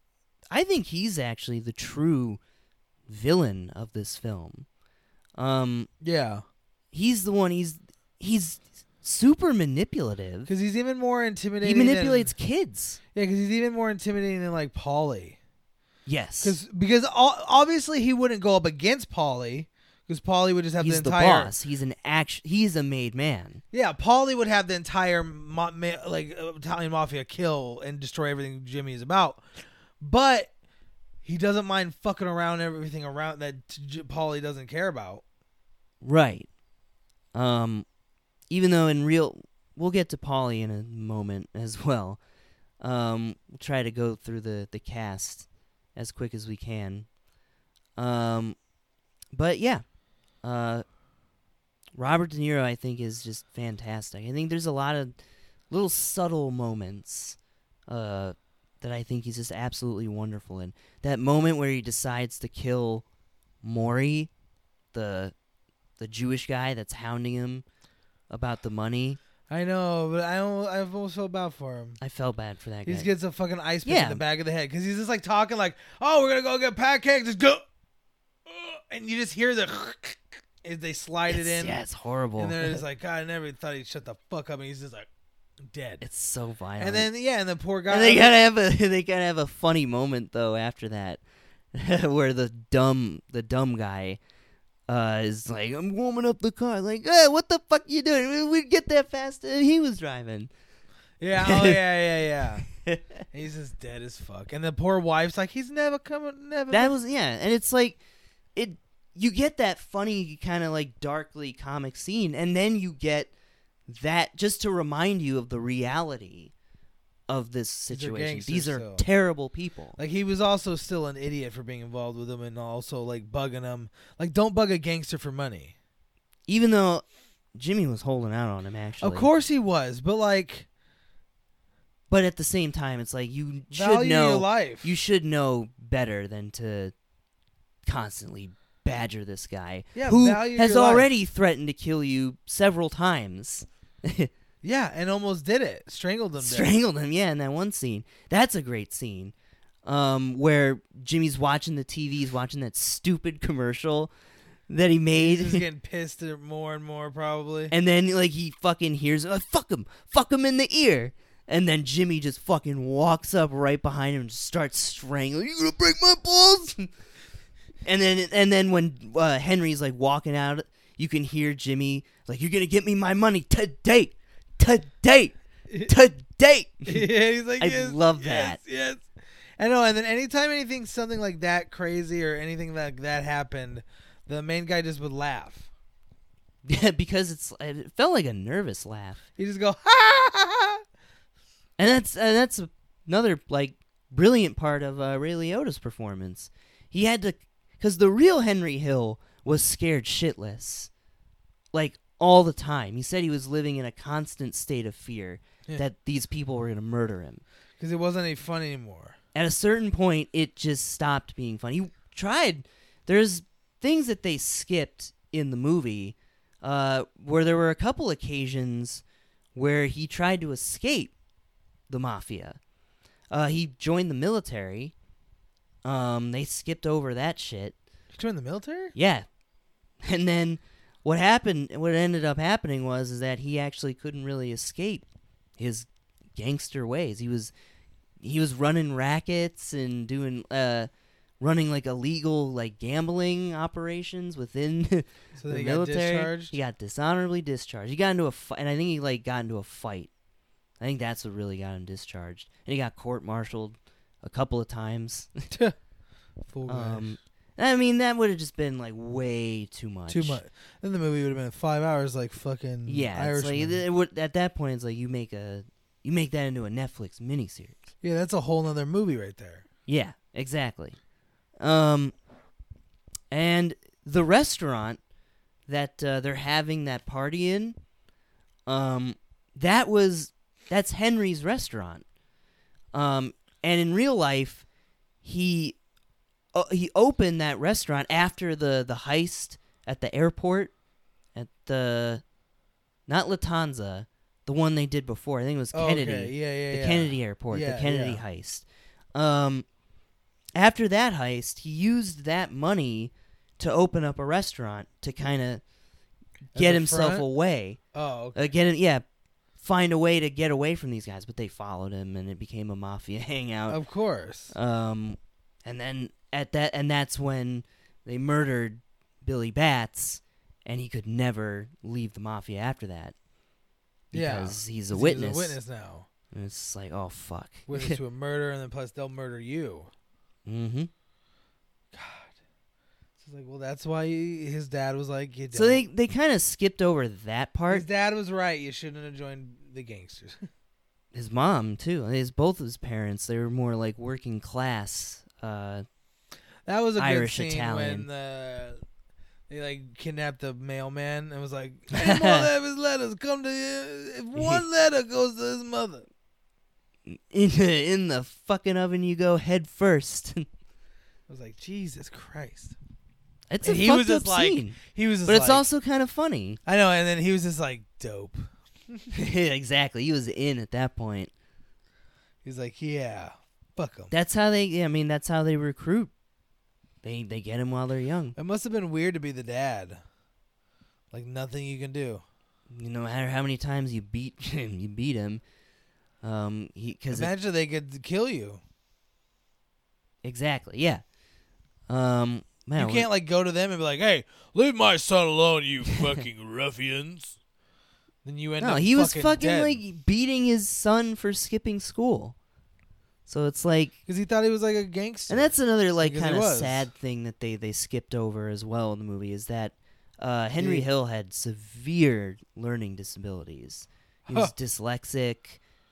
Speaker 1: I think he's actually the true villain of this film. Um,
Speaker 2: Yeah,
Speaker 1: he's the one. He's he's super manipulative.
Speaker 2: because he's even more
Speaker 1: He
Speaker 2: intimidating. than-
Speaker 1: manipulates kids.
Speaker 2: yeah, because he's even more intimidating than like Polly.
Speaker 1: Yes,
Speaker 2: Because because o- obviously he wouldn't go up against Polly because Polly would just have
Speaker 1: he's
Speaker 2: the
Speaker 1: the
Speaker 2: entire
Speaker 1: boss. He's an action. He's a made man.
Speaker 2: Yeah, Paulie would have the entire ma- ma- like uh, Italian mafia kill and destroy everything Jimmy is about, but he doesn't mind fucking around everything around that t- J- Paulie doesn't care about.
Speaker 1: Right. Um, even though in real, we'll get to Polly in a moment [laughs] as well. Um, we'll try to go through the the cast as quick as we can. Um, but yeah, uh, Robert De Niro I think is just fantastic. I think there's a lot of little subtle moments, uh, that I think he's just absolutely wonderful in. That moment where he decides to kill Maury, the the Jewish guy that's hounding him about the money.
Speaker 2: I know, but I don't, I almost feel bad for him.
Speaker 1: I felt bad for that
Speaker 2: He
Speaker 1: guy.
Speaker 2: just gets a fucking ice pick
Speaker 1: Yeah.
Speaker 2: in the back of the head because he's just like talking like, "Oh, we're gonna go get pancakes, just go," and you just hear the [laughs] as they slide
Speaker 1: It's-
Speaker 2: it in,
Speaker 1: Yeah, it's horrible.
Speaker 2: and then it's like, "God, I never thought he'd shut the fuck up," and he's just like, "Dead."
Speaker 1: [laughs] it's so violent.
Speaker 2: And then yeah, and the poor guy.
Speaker 1: And they gotta have a [laughs] they gotta have a funny moment though after that, [laughs] where the dumb the dumb guy. Uh, is like I'm warming up the car. Like, hey, what the fuck you doing? We- We'd get there faster. than He was driving.
Speaker 2: Yeah, oh yeah,
Speaker 1: [laughs]
Speaker 2: yeah, yeah. he's just dead as fuck. And the poor wife's like, he's never coming, never.
Speaker 1: That was yeah, and it's like, it you get that funny kind of like darkly comic scene, and then you get that just to remind you of the reality of this
Speaker 2: are
Speaker 1: situation.
Speaker 2: gangsters,
Speaker 1: These are
Speaker 2: so-
Speaker 1: terrible people.
Speaker 2: like he was also still an idiot for being involved with him and also like bugging him. Like, don't bug a gangster for money.
Speaker 1: Even though Jimmy was holding out on him, actually.
Speaker 2: Of course he was, but like,
Speaker 1: but at the same time, it's like you should
Speaker 2: value your
Speaker 1: know
Speaker 2: life.
Speaker 1: you should know better than to constantly badger this guy
Speaker 2: yeah,
Speaker 1: who
Speaker 2: value
Speaker 1: has
Speaker 2: your life.
Speaker 1: already threatened to kill you several times. [laughs]
Speaker 2: yeah, and almost did it, strangled him. Dead.
Speaker 1: strangled him. Yeah, in that one scene, that's a great scene, um, where Jimmy's watching the TV, he's watching that stupid commercial that he
Speaker 2: He's just
Speaker 1: made,
Speaker 2: getting pissed at more and more, probably.
Speaker 1: [laughs] and then like he fucking hears, uh, "Fuck him, fuck him in the ear," and then Jimmy just fucking walks up right behind him and just starts strangling. You gonna break my balls? [laughs] and then and then when uh, Henry's like walking out, you can hear Jimmy like, "You're gonna get me my money today, today, today."
Speaker 2: yeah, [laughs] he's like,
Speaker 1: I
Speaker 2: "Yes,
Speaker 1: love
Speaker 2: yes,
Speaker 1: that."
Speaker 2: Yes, I know. And then anytime anything, something like that crazy or anything like that happened, the main guy just would laugh.
Speaker 1: Yeah, [laughs] because it's it felt like a nervous laugh,
Speaker 2: [laughs] He just go, ha! ha, ha, ha."
Speaker 1: and that's and that's uh, another like brilliant part of uh, Ray Liotta's performance. He had to, because the real Henry Hill was scared shitless, like all the time. He said he was living in a constant state of fear
Speaker 2: Yeah.
Speaker 1: that these people were going to murder him.
Speaker 2: because it wasn't any fun anymore.
Speaker 1: At a certain point, it just stopped being funny. He tried. There's things that they skipped in the movie uh, where there were a couple occasions where he tried to escape the mafia. Uh, he joined the military. Um, they skipped over that shit.
Speaker 2: Did you join
Speaker 1: [laughs]
Speaker 2: the military?
Speaker 1: Yeah. And then what happened what ended up happening was is that he actually couldn't really escape his gangster ways. He was he was running rackets and doing uh running like illegal like gambling operations within [laughs]
Speaker 2: So
Speaker 1: the
Speaker 2: they got
Speaker 1: military.
Speaker 2: discharged.
Speaker 1: He got dishonorably discharged. He got into a fight and I think he like got into a fight. I think that's what really got him discharged. And he got court-martialed a couple of times.
Speaker 2: Full
Speaker 1: Um, I mean, that would have just been like way too much.
Speaker 2: Too much. Mm-hmm. Then the movie would have been five hours, like fucking
Speaker 1: Yeah, it's like,
Speaker 2: Irishman.
Speaker 1: it would, at that point, it's like you make a you make that into a Netflix miniseries.
Speaker 2: yeah, that's a whole nother movie right there.
Speaker 1: Yeah, exactly. Um, and the restaurant that uh, they're having that party in, um, that was that's Henry's restaurant. Um, and in real life, he uh, he opened that restaurant after the the heist at the airport at the not Latanza, the one they did before. I think it was Kennedy
Speaker 2: Oh, Okay. Yeah, yeah,
Speaker 1: the
Speaker 2: yeah.
Speaker 1: Kennedy airport,
Speaker 2: Yeah,
Speaker 1: the Kennedy
Speaker 2: yeah.
Speaker 1: heist. Um, after that heist, he used that money to open up a restaurant to kind of
Speaker 2: Mm. a
Speaker 1: get himself
Speaker 2: front?
Speaker 1: away.
Speaker 2: Oh, okay.
Speaker 1: Uh, get in, yeah, find a way to get away from these guys, but they followed him, and it became a mafia [laughs] hangout.
Speaker 2: of course.
Speaker 1: Um, and then at that, and that's when they murdered Billy Bats, and he could never leave the mafia after that.
Speaker 2: Yeah,
Speaker 1: Because he's
Speaker 2: He's
Speaker 1: a
Speaker 2: a
Speaker 1: witness.
Speaker 2: witness
Speaker 1: [laughs]
Speaker 2: now.
Speaker 1: And it's like, oh fuck. [laughs]
Speaker 2: Witness to a murder, and then plus they'll murder you.
Speaker 1: mm-hmm.
Speaker 2: God. So it's like, well, that's why he, his dad was like, you
Speaker 1: So
Speaker 2: don't-
Speaker 1: they they kind of skipped over that part.
Speaker 2: His dad was right. You shouldn't have joined the gangsters.
Speaker 1: His mom too. His both his parents. They were more like working class. Uh,
Speaker 2: That was a
Speaker 1: Irish
Speaker 2: good scene
Speaker 1: Italian.
Speaker 2: when the they like kidnapped the mailman and was
Speaker 1: [laughs]
Speaker 2: like, "Any more of his letters come to you. If one letter goes to his mother,
Speaker 1: in the, in the fucking oven you go head first. [laughs]
Speaker 2: I was like, Jesus Christ.
Speaker 1: it's a
Speaker 2: And he
Speaker 1: fucked
Speaker 2: was just
Speaker 1: up
Speaker 2: like-
Speaker 1: scene,
Speaker 2: He was, just
Speaker 1: but it's
Speaker 2: like-
Speaker 1: also kind of funny. [laughs]
Speaker 2: I know. And then he was just like, dope.
Speaker 1: exactly. He was in at that point.
Speaker 2: He's like, yeah, fuck him.
Speaker 1: That's how they. yeah, I mean, that's how they recruit. They they get him while they're young.
Speaker 2: It must have been weird to be the dad. Like nothing you can do.
Speaker 1: You know, no matter how many times you beat [laughs] him, you beat him. Um, he because
Speaker 2: Imagine they could kill you.
Speaker 1: exactly yeah. Um, man,
Speaker 2: you
Speaker 1: we-
Speaker 2: can't like go to them and be like, "Hey, leave my son alone,
Speaker 1: [laughs]
Speaker 2: you fucking ruffians." Then you end
Speaker 1: No,
Speaker 2: up.
Speaker 1: he was fucking
Speaker 2: dead.
Speaker 1: like beating his son for skipping school. So it's like,
Speaker 2: because he thought he was like a gangster.
Speaker 1: and that's another like
Speaker 2: Because he
Speaker 1: kind of
Speaker 2: was.
Speaker 1: sad thing that they they skipped over as well in the movie is that uh, Henry
Speaker 2: Yeah.
Speaker 1: Hill had severe learning disabilities. He was
Speaker 2: Huh.
Speaker 1: dyslexic.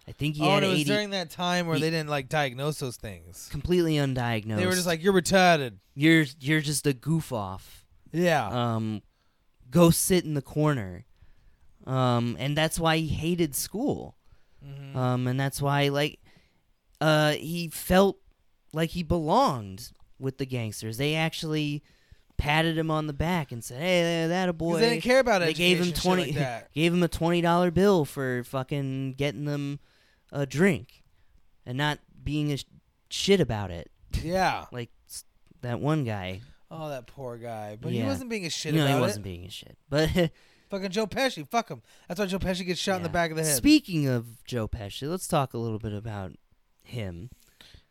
Speaker 1: I think he
Speaker 2: oh,
Speaker 1: had
Speaker 2: and it was
Speaker 1: AD,
Speaker 2: during that time where
Speaker 1: he-
Speaker 2: they didn't like diagnose those things.
Speaker 1: completely undiagnosed.
Speaker 2: They were just like, "You're retarded."
Speaker 1: you're you're just a goof off.
Speaker 2: Yeah,
Speaker 1: Um, go sit in the corner. Um, and that's why he hated school.
Speaker 2: Mhm.
Speaker 1: Um, and that's why, like, uh, he felt like he belonged with the gangsters. They actually patted him on the back and said, "Hey, that a
Speaker 2: 'Cause
Speaker 1: boy."
Speaker 2: they didn't care about it.
Speaker 1: They gave him twenty.
Speaker 2: Like that.
Speaker 1: gave him a twenty dollar bill for fucking getting them a drink, and not being a sh- shit about it.
Speaker 2: yeah.
Speaker 1: Like s- that one guy.
Speaker 2: Oh, that poor guy. But
Speaker 1: Yeah.
Speaker 2: he wasn't being a shit
Speaker 1: you know,
Speaker 2: about
Speaker 1: he wasn't
Speaker 2: it.
Speaker 1: being a shit. But [laughs]
Speaker 2: Fucking Joe Pesci. Fuck him. That's why Joe Pesci gets shot in the
Speaker 1: Yeah.
Speaker 2: back of the head.
Speaker 1: speaking of Joe Pesci, let's talk a little bit about him.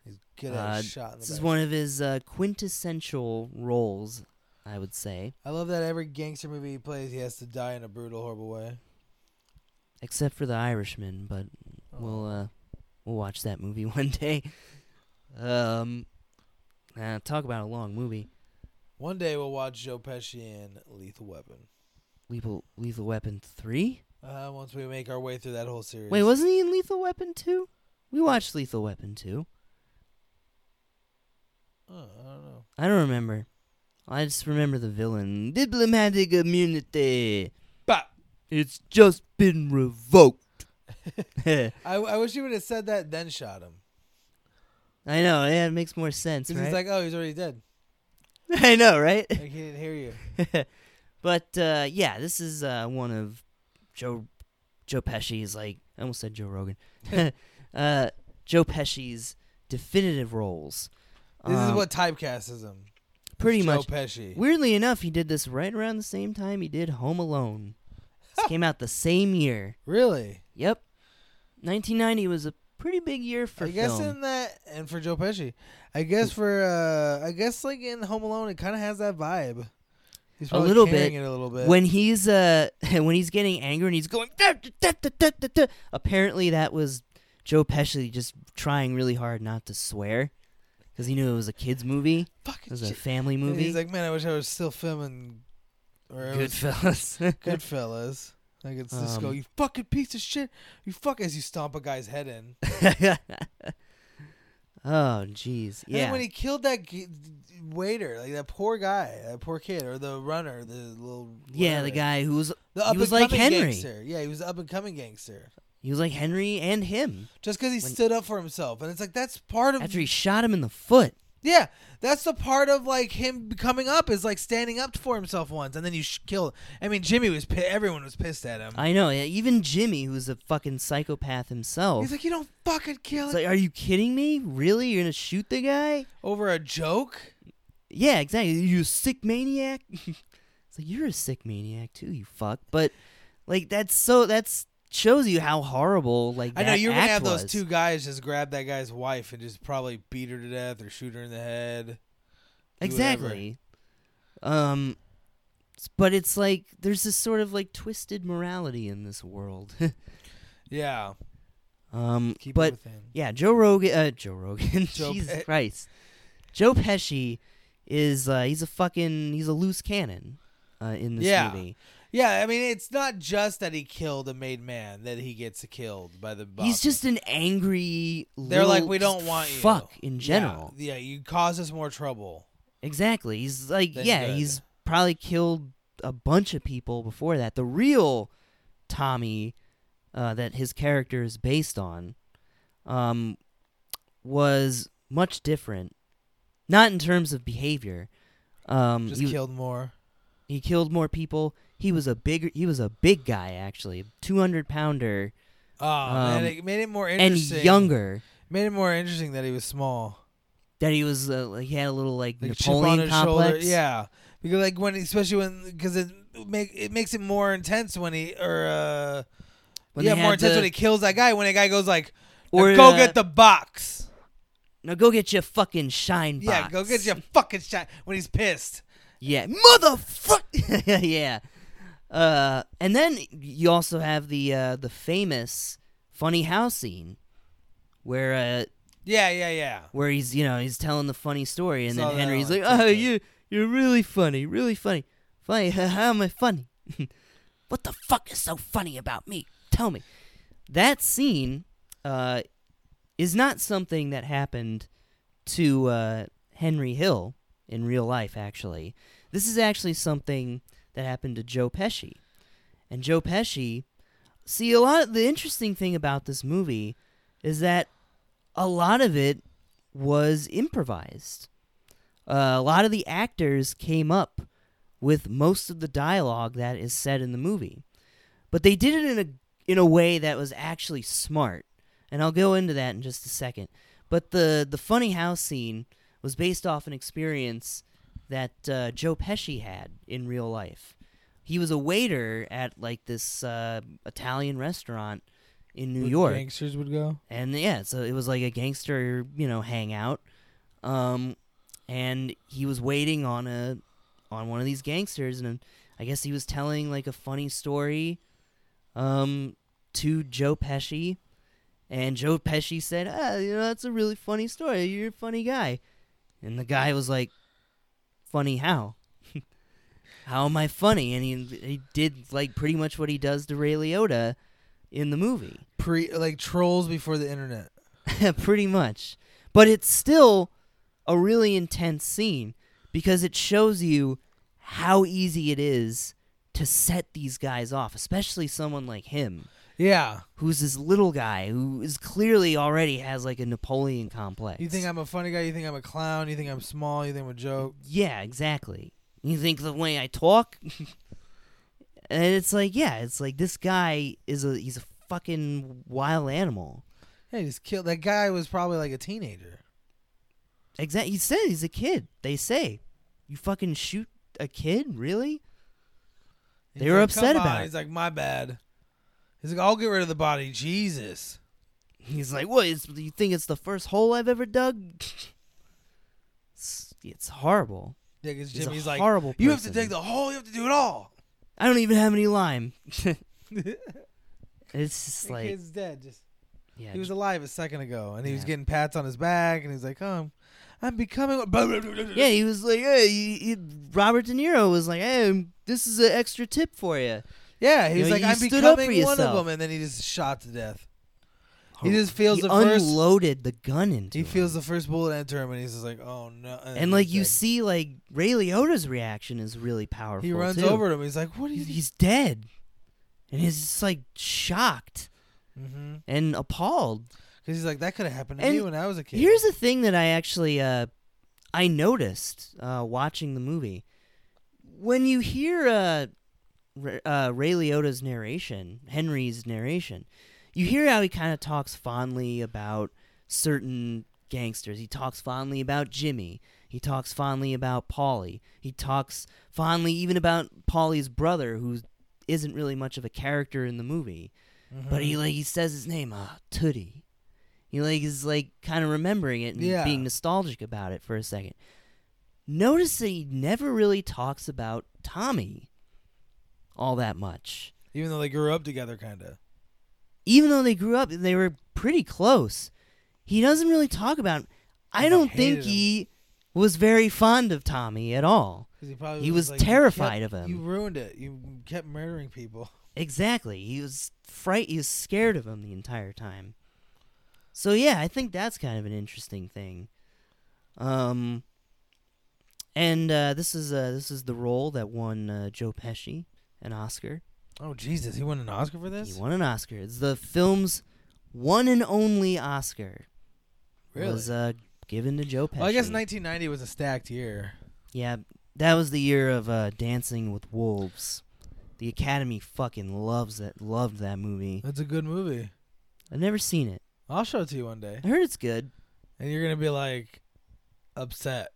Speaker 2: He's good
Speaker 1: Uh,
Speaker 2: at shot in the
Speaker 1: This is
Speaker 2: back.
Speaker 1: one of his uh, quintessential roles, I would say,
Speaker 2: I love that every gangster movie he plays, he has to die in a brutal, horrible way.
Speaker 1: except for The Irishman. But
Speaker 2: Oh.
Speaker 1: we'll uh, we'll watch that movie [laughs] one day. Um, uh, talk about a long movie.
Speaker 2: One day we'll watch Joe Pesci in Lethal Weapon.
Speaker 1: Lethal Lethal Weapon three.
Speaker 2: Uh, once we make our way through that whole series.
Speaker 1: Wait, wasn't he in Lethal Weapon two? We watched Lethal Weapon two.
Speaker 2: Oh, I don't know.
Speaker 1: I don't remember. I just remember the villain. Diplomatic immunity.
Speaker 2: But
Speaker 1: It's just been
Speaker 2: [laughs]
Speaker 1: revoked. [laughs] I
Speaker 2: I, I wish you would have said that then shot him.
Speaker 1: know. Yeah, it makes more sense,
Speaker 2: 'Cause
Speaker 1: right?
Speaker 2: he's like, oh, he's already dead.
Speaker 1: [laughs] I know, right?
Speaker 2: Like he didn't
Speaker 1: [laughs]
Speaker 2: hear you.
Speaker 1: but uh, yeah, this is uh, one of Joe Joe Pesci's like I almost said Joe
Speaker 2: [laughs]
Speaker 1: Rogan. [laughs] uh, Joe Pesci's definitive roles.
Speaker 2: This is
Speaker 1: Um,
Speaker 2: what typecastism. him.
Speaker 1: pretty
Speaker 2: Joe
Speaker 1: much.
Speaker 2: Pesci.
Speaker 1: Weirdly enough, he did this right around the same time he did Home Alone. This came out the same year.
Speaker 2: really?
Speaker 1: Yep, 1990 was a pretty big year for
Speaker 2: I guess
Speaker 1: film.
Speaker 2: in that and for Joe Pesci, I guess for uh, I guess like in Home Alone, it kind of has that vibe. He's
Speaker 1: A
Speaker 2: probably
Speaker 1: little
Speaker 2: carrying
Speaker 1: bit.
Speaker 2: It a little bit.
Speaker 1: when he's uh [laughs] when he's getting angry and he's going "Da, da, da, da, da, da, da," apparently that was Joe Pesci just trying really hard not to swear because he knew it was a kids movie, it
Speaker 2: fucking
Speaker 1: was a
Speaker 2: shit.
Speaker 1: family
Speaker 2: And
Speaker 1: movie.
Speaker 2: He's like, man, I wish I was still filming.
Speaker 1: [laughs]
Speaker 2: Or I was-
Speaker 1: Goodfellas.
Speaker 2: Goodfellas. I could just go,
Speaker 1: Um,
Speaker 2: you fucking piece of shit. You fuck as you stomp a guy's head in.
Speaker 1: [laughs] oh jeez,
Speaker 2: And then
Speaker 1: yeah.
Speaker 2: when he killed that g- waiter, like that poor guy, that poor kid, or the runner, the little
Speaker 1: yeah, the
Speaker 2: whatever.
Speaker 1: guy who was
Speaker 2: The
Speaker 1: he was like
Speaker 2: up-and-coming
Speaker 1: Henry.
Speaker 2: Gangster. Yeah, he was up and coming gangster.
Speaker 1: he was like Henry and him
Speaker 2: Just because he
Speaker 1: When-
Speaker 2: stood up for himself, and it's like that's part of
Speaker 1: after he shot him in the foot.
Speaker 2: yeah, that's the part of like him coming up is like standing up for himself once, and then you sh- kill. I mean, Jimmy was pi- everyone was pissed at him.
Speaker 1: I know. yeah, Even Jimmy, who's a fucking psychopath himself,
Speaker 2: He's like, you don't fucking kill
Speaker 1: it's
Speaker 2: it
Speaker 1: like, "Are you kidding me? Really? You're gonna shoot the guy?"
Speaker 2: over a joke.
Speaker 1: Yeah, exactly. You sick maniac. [laughs] it's like you're a sick maniac too, you fuck. But like that's so that's shows you how horrible like
Speaker 2: I
Speaker 1: that
Speaker 2: know you're gonna
Speaker 1: act
Speaker 2: have those
Speaker 1: was.
Speaker 2: two guys just grab that guy's wife and just probably beat her to death or shoot her in the head. Do whatever.
Speaker 1: exactly. Um, s- but it's like there's this sort of like twisted morality in this world. [laughs]
Speaker 2: Yeah.
Speaker 1: um,
Speaker 2: Keep
Speaker 1: but
Speaker 2: it within.
Speaker 1: yeah, Joe Rogan. Uh, Joe Rogan. [laughs]
Speaker 2: Joe
Speaker 1: Jesus
Speaker 2: Pe-
Speaker 1: Christ. Joe Pesci is uh, he's a fucking he's a loose cannon uh, in this
Speaker 2: Yeah.
Speaker 1: movie.
Speaker 2: Yeah, I mean it's not just that he killed a made man that he gets killed by the boss.
Speaker 1: He's just an angry.
Speaker 2: They're like,
Speaker 1: little
Speaker 2: "We don't
Speaker 1: just
Speaker 2: want you."
Speaker 1: Fuck in general.
Speaker 2: Yeah, yeah, you cause us more trouble.
Speaker 1: Exactly. He's like,
Speaker 2: Then
Speaker 1: yeah,
Speaker 2: good.
Speaker 1: he's probably killed a bunch of people before that. The real Tommy uh, that his character is based on um, was much different. Not in terms of behavior. Um,
Speaker 2: Just
Speaker 1: he,
Speaker 2: killed more.
Speaker 1: he killed more people. He was a bigger. He was a big guy actually, two hundred pounder
Speaker 2: Oh man,
Speaker 1: Um,
Speaker 2: it made it more
Speaker 1: and
Speaker 2: interesting.
Speaker 1: younger.
Speaker 2: made it more interesting that he was small.
Speaker 1: That he was uh, like he had a little like,
Speaker 2: Like a chip on
Speaker 1: Napoleon
Speaker 2: his
Speaker 1: complex.
Speaker 2: shoulder. Yeah, because like when especially when because it make it makes it more intense when he or uh
Speaker 1: When
Speaker 2: yeah
Speaker 1: they
Speaker 2: more
Speaker 1: had
Speaker 2: intense
Speaker 1: the-
Speaker 2: when he kills that guy when that guy goes like
Speaker 1: Or,
Speaker 2: go
Speaker 1: uh,
Speaker 2: get the box.
Speaker 1: Now go get your fucking shine box.
Speaker 2: Yeah, go get your fucking shot when he's pissed.
Speaker 1: Yeah, motherfucker. [laughs] yeah. Uh, and then you also have the uh, the famous funny house scene where uh,
Speaker 2: Yeah, yeah, yeah.
Speaker 1: where he's you know he's telling the funny story and
Speaker 2: Saw
Speaker 1: then
Speaker 2: that
Speaker 1: Henry's
Speaker 2: on
Speaker 1: like, oh
Speaker 2: TikTok.
Speaker 1: you you're really funny, really funny, funny. [laughs] How am I funny? what the fuck is so funny about me? Tell me. That scene uh, is not something that happened to uh, Henry Hill in real life. Actually, this is actually something that happened to Joe Pesci, and Joe Pesci. See, a lot. Of, the interesting thing about this movie is that a lot of it was improvised. Uh, a lot of the actors came up with most of the dialogue that is said in the movie, but they did it in a in a way that was actually smart, and I'll go into that in just a second. But the the funny house scene was based off an experience that uh, Joe Pesci had in real life. He was a waiter at like this uh, Italian restaurant in New York,
Speaker 2: Gangsters would go.
Speaker 1: and yeah, so it was like a gangster, you know, hangout. Um, and he was waiting on a on one of these gangsters, and I guess he was telling like a funny story, um, to Joe Pesci, and Joe Pesci said, "Ah, you know, that's a really funny story. You're a funny guy," and the guy was like, "Funny how?" [laughs] How am I funny? And he, he did like pretty much what he does to Ray Liotta in the movie. [laughs]
Speaker 2: Pre like trolls before the internet.
Speaker 1: pretty much. But it's still a really intense scene because it shows you how easy it is to set these guys off, especially someone like him,
Speaker 2: Yeah.
Speaker 1: who's this little guy who is clearly already has like a Napoleon complex.
Speaker 2: You think I'm a funny guy? You think I'm a clown? You think I'm small? You think I'm a joke?
Speaker 1: Yeah, exactly. You think the way I talk? [laughs] and it's like, yeah, it's like this guy is a he's a fucking wild animal.
Speaker 2: Yeah, he just killed. That guy was probably like a teenager.
Speaker 1: Exactly. He said he's a kid. They say, you fucking shoot a kid, really?
Speaker 2: He's
Speaker 1: They were
Speaker 2: like,
Speaker 1: upset
Speaker 2: "Come
Speaker 1: about
Speaker 2: on."
Speaker 1: it.
Speaker 2: He's like, my bad. He's like, I'll get rid of the body. Jesus.
Speaker 1: He's like, what? Is, you think it's the first hole I've ever dug? It's, it's horrible.
Speaker 2: Yeah, 'cause
Speaker 1: He's a
Speaker 2: Jimmy's like,
Speaker 1: horrible.
Speaker 2: you have to
Speaker 1: person.
Speaker 2: dig the hole. You have to do it all.
Speaker 1: I don't even have any lime. [laughs]
Speaker 2: the
Speaker 1: It's just like,
Speaker 2: kid's dead. Just
Speaker 1: yeah,
Speaker 2: he was alive a second ago, and he was
Speaker 1: Yeah.
Speaker 2: getting pats on his back, and he's like, um, I'm becoming. a-"
Speaker 1: Yeah, he was like, hey, you- you- Robert De Niro was like, hey, um, this is an extra tip for you.
Speaker 2: yeah. He
Speaker 1: You
Speaker 2: was
Speaker 1: know,
Speaker 2: like,
Speaker 1: you
Speaker 2: I'm
Speaker 1: stood up for
Speaker 2: becoming one of
Speaker 1: yourself.
Speaker 2: them, and then he just shot to death. He just feels
Speaker 1: He
Speaker 2: the first-
Speaker 1: unloaded the gun into
Speaker 2: He
Speaker 1: him.
Speaker 2: feels the first bullet enter him, and he's just like, oh no.
Speaker 1: and like you
Speaker 2: he's
Speaker 1: see, like Ray Liotta's reaction is really powerful.
Speaker 2: he runs
Speaker 1: too.
Speaker 2: over to him. He's like, what are you?
Speaker 1: He's, he's dead, and he's just like shocked
Speaker 2: mm-hmm.
Speaker 1: and appalled.
Speaker 2: Because he's like, that could have happened to
Speaker 1: And
Speaker 2: me when I was a kid.
Speaker 1: Here's the thing that I actually uh, I noticed uh, watching the movie. When you hear uh, Ra- uh, Ray Liotta's narration, Henry's narration, you hear how he kind of talks fondly about certain gangsters. He talks fondly about Jimmy. He talks fondly about Polly. He talks fondly even about Polly's brother, who isn't really much of a character in the movie
Speaker 2: Mhm.
Speaker 1: but he like he says his name, ah, Tootie. He like is like kind of remembering it and
Speaker 2: Yeah.
Speaker 1: being nostalgic about it for a second. Notice that he never really talks about Tommy all that much,
Speaker 2: even though they grew up together, kind of.
Speaker 1: even though they grew up and they were pretty close. He doesn't really talk about. Him. I
Speaker 2: He
Speaker 1: don't think
Speaker 2: hated him.
Speaker 1: he was very fond of Tommy at all.
Speaker 2: He, probably
Speaker 1: He was
Speaker 2: like, "You
Speaker 1: terrified
Speaker 2: kept-
Speaker 1: of him.
Speaker 2: You ruined it. You kept murdering people. [laughs]
Speaker 1: Exactly. He was fright. He was scared of him the entire time. So yeah, I think that's kind of an interesting thing. Um, and uh, this is uh, this is the role that won uh, Joe Pesci an Oscar.
Speaker 2: Oh Jesus! He won an Oscar for this.
Speaker 1: He won an Oscar. It's the film's one and only Oscar was uh, given to Joe Pesci.
Speaker 2: well, I guess 1990 was a stacked year.
Speaker 1: yeah, that was the year of uh, Dancing with Wolves. The Academy fucking loves that loved that movie.
Speaker 2: That's a good movie.
Speaker 1: I've never seen it.
Speaker 2: I'll show it to you one day,
Speaker 1: I heard it's good.
Speaker 2: and you're gonna be like upset.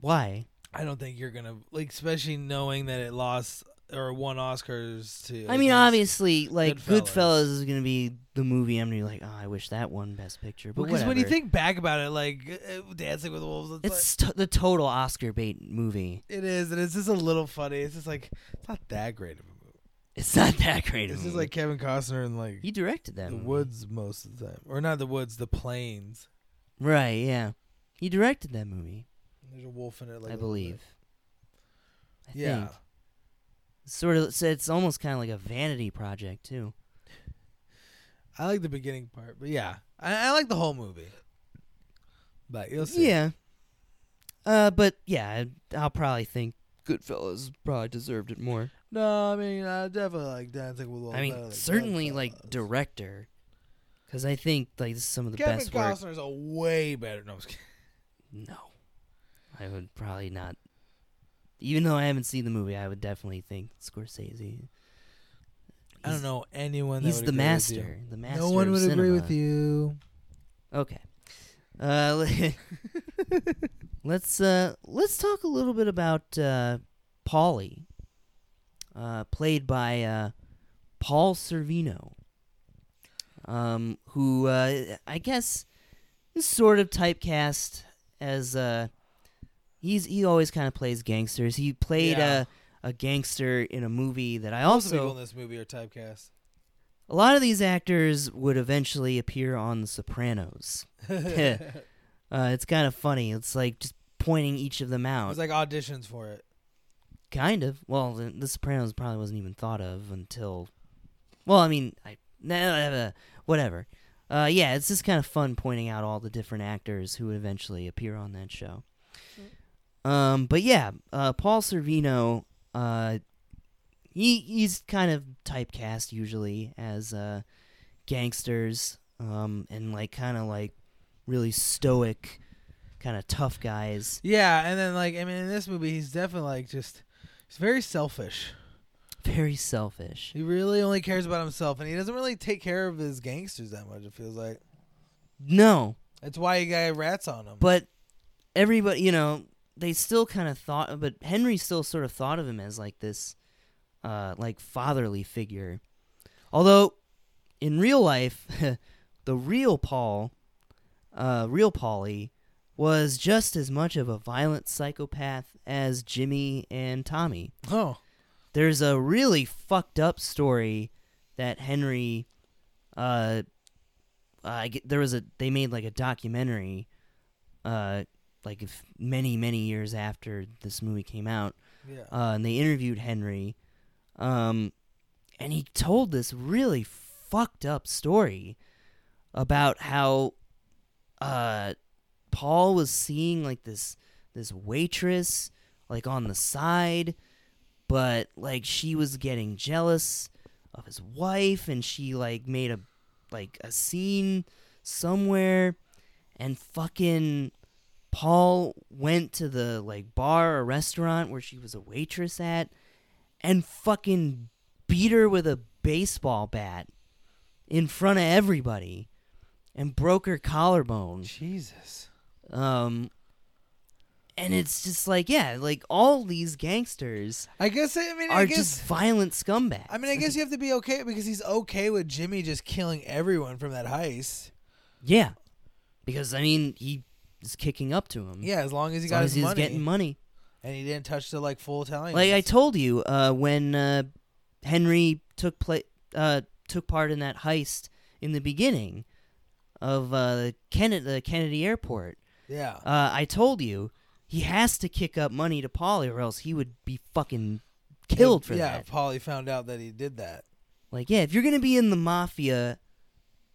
Speaker 1: Why?
Speaker 2: I don't think you're gonna like, especially knowing that it lost or won Oscars to.
Speaker 1: I mean,
Speaker 2: against-
Speaker 1: obviously, like
Speaker 2: Goodfellas.
Speaker 1: Goodfellas, is gonna be the movie. I'm gonna be like, oh, I wish that won Best Picture. But
Speaker 2: because when you
Speaker 1: whatever.
Speaker 2: think back about it, like uh, Dancing with Wolves, it's, like-
Speaker 1: it's t- the total Oscar bait movie,
Speaker 2: It is, and it's just a little funny. It's just like it's not that great of a movie.
Speaker 1: it's not [laughs] that great. of a
Speaker 2: This is
Speaker 1: movie.
Speaker 2: like Kevin Costner in like
Speaker 1: he directed that.
Speaker 2: the
Speaker 1: movie.
Speaker 2: woods most of the time, or not the woods, the plains.
Speaker 1: right? Yeah, he directed that movie,
Speaker 2: There's a wolf in it, like
Speaker 1: I
Speaker 2: a little
Speaker 1: believe. I
Speaker 2: bit. Yeah,
Speaker 1: think sort of. So it's almost kind of like a vanity project too.
Speaker 2: I like the beginning part, but yeah, I, I like the whole movie. But you'll see.
Speaker 1: Yeah. Uh, but yeah, I- I'll probably think Goodfellas probably deserved it more.
Speaker 2: No, I mean, I definitely like Dancing with Wolves.
Speaker 1: I
Speaker 2: better
Speaker 1: mean,
Speaker 2: than
Speaker 1: certainly like
Speaker 2: Goodfellas.
Speaker 1: director, because I think like this is some of the
Speaker 2: Kevin
Speaker 1: best work.
Speaker 2: Costner's a way better. No, I'm just kidding.
Speaker 1: No, I would probably not. Even though I haven't seen the movie, I would definitely think Scorsese.
Speaker 2: I don't
Speaker 1: He's-
Speaker 2: know anyone. that
Speaker 1: He's
Speaker 2: would
Speaker 1: the
Speaker 2: agree with you.
Speaker 1: master. The master.
Speaker 2: No one
Speaker 1: of
Speaker 2: would agree with
Speaker 1: cinema.
Speaker 2: you.
Speaker 1: Okay. Uh, [laughs] let's uh, let's talk a little bit about uh, Polly, uh, played by uh, Paul Servino, um, who uh, I guess is sort of typecast as uh, he's he always kind of plays gangsters. He played uh,
Speaker 2: Yeah.
Speaker 1: a, a gangster in a movie that I
Speaker 2: Most people
Speaker 1: also
Speaker 2: in this movie are typecast.
Speaker 1: a lot of these actors would eventually appear on The Sopranos. [laughs]
Speaker 2: it
Speaker 1: Uh, it's kind of funny. It's like just pointing each of them out.
Speaker 2: was like auditions for it.
Speaker 1: kind of. Well, the, the Sopranos probably wasn't even thought of until. Well, I mean, I nah, uh, whatever. Uh, yeah, it's just kind of fun pointing out all the different actors who would eventually appear on that show. Um, but yeah, uh, Paul Servino, uh, he he's kind of typecast usually as uh, gangsters um, and like kind of like really stoic, kind of tough guys.
Speaker 2: Yeah, and then like I mean, in this movie, he's definitely like just he's very selfish.
Speaker 1: Very selfish.
Speaker 2: He really only cares about himself, and he doesn't really take care of his gangsters that much. It feels like
Speaker 1: No,
Speaker 2: that's why he got rats on him.
Speaker 1: but everybody, you know, they still kind of thought, but Henry still sort of thought of him as like this, uh, like fatherly figure. Although, in real life, [laughs] the real Paul, uh, real Polly, was just as much of a violent psychopath as Jimmy and Tommy.
Speaker 2: oh,
Speaker 1: There's a really fucked up story that Henry, uh, I get, there was a they made like a documentary, uh, like if many many years after this movie came out,
Speaker 2: yeah,
Speaker 1: uh, and they interviewed Henry, um, and he told this really fucked up story about how uh, Paul was seeing like this this waitress like on the side, but like she was getting jealous of his wife, and she like made a like a scene somewhere, and fucking Paul went to the like bar or restaurant where she was a waitress at and fucking beat her with a baseball bat in front of everybody and broke her collarbone.
Speaker 2: Jesus.
Speaker 1: Um and it's just like yeah, like all these gangsters
Speaker 2: I guess I mean I
Speaker 1: are
Speaker 2: guess
Speaker 1: just violent scumbags.
Speaker 2: I mean I guess you have to be okay because he's okay with Jimmy just killing everyone from that
Speaker 1: Mm.
Speaker 2: heist.
Speaker 1: yeah. Because I mean, he is kicking up to him.
Speaker 2: Yeah, as long as he
Speaker 1: As
Speaker 2: got
Speaker 1: long
Speaker 2: his
Speaker 1: as he's
Speaker 2: money
Speaker 1: getting money.
Speaker 2: and he didn't touch the like full Italian.
Speaker 1: like I told you, uh, when uh, Henry took pla- uh, took part in that heist in the beginning of uh, Kennedy, the Kennedy Airport,
Speaker 2: yeah.
Speaker 1: uh, I told you he has to kick up money to Polly, or else he would be fucking killed for
Speaker 2: yeah,
Speaker 1: that.
Speaker 2: Polly found out that he did that.
Speaker 1: Like, yeah, if you're gonna be in the mafia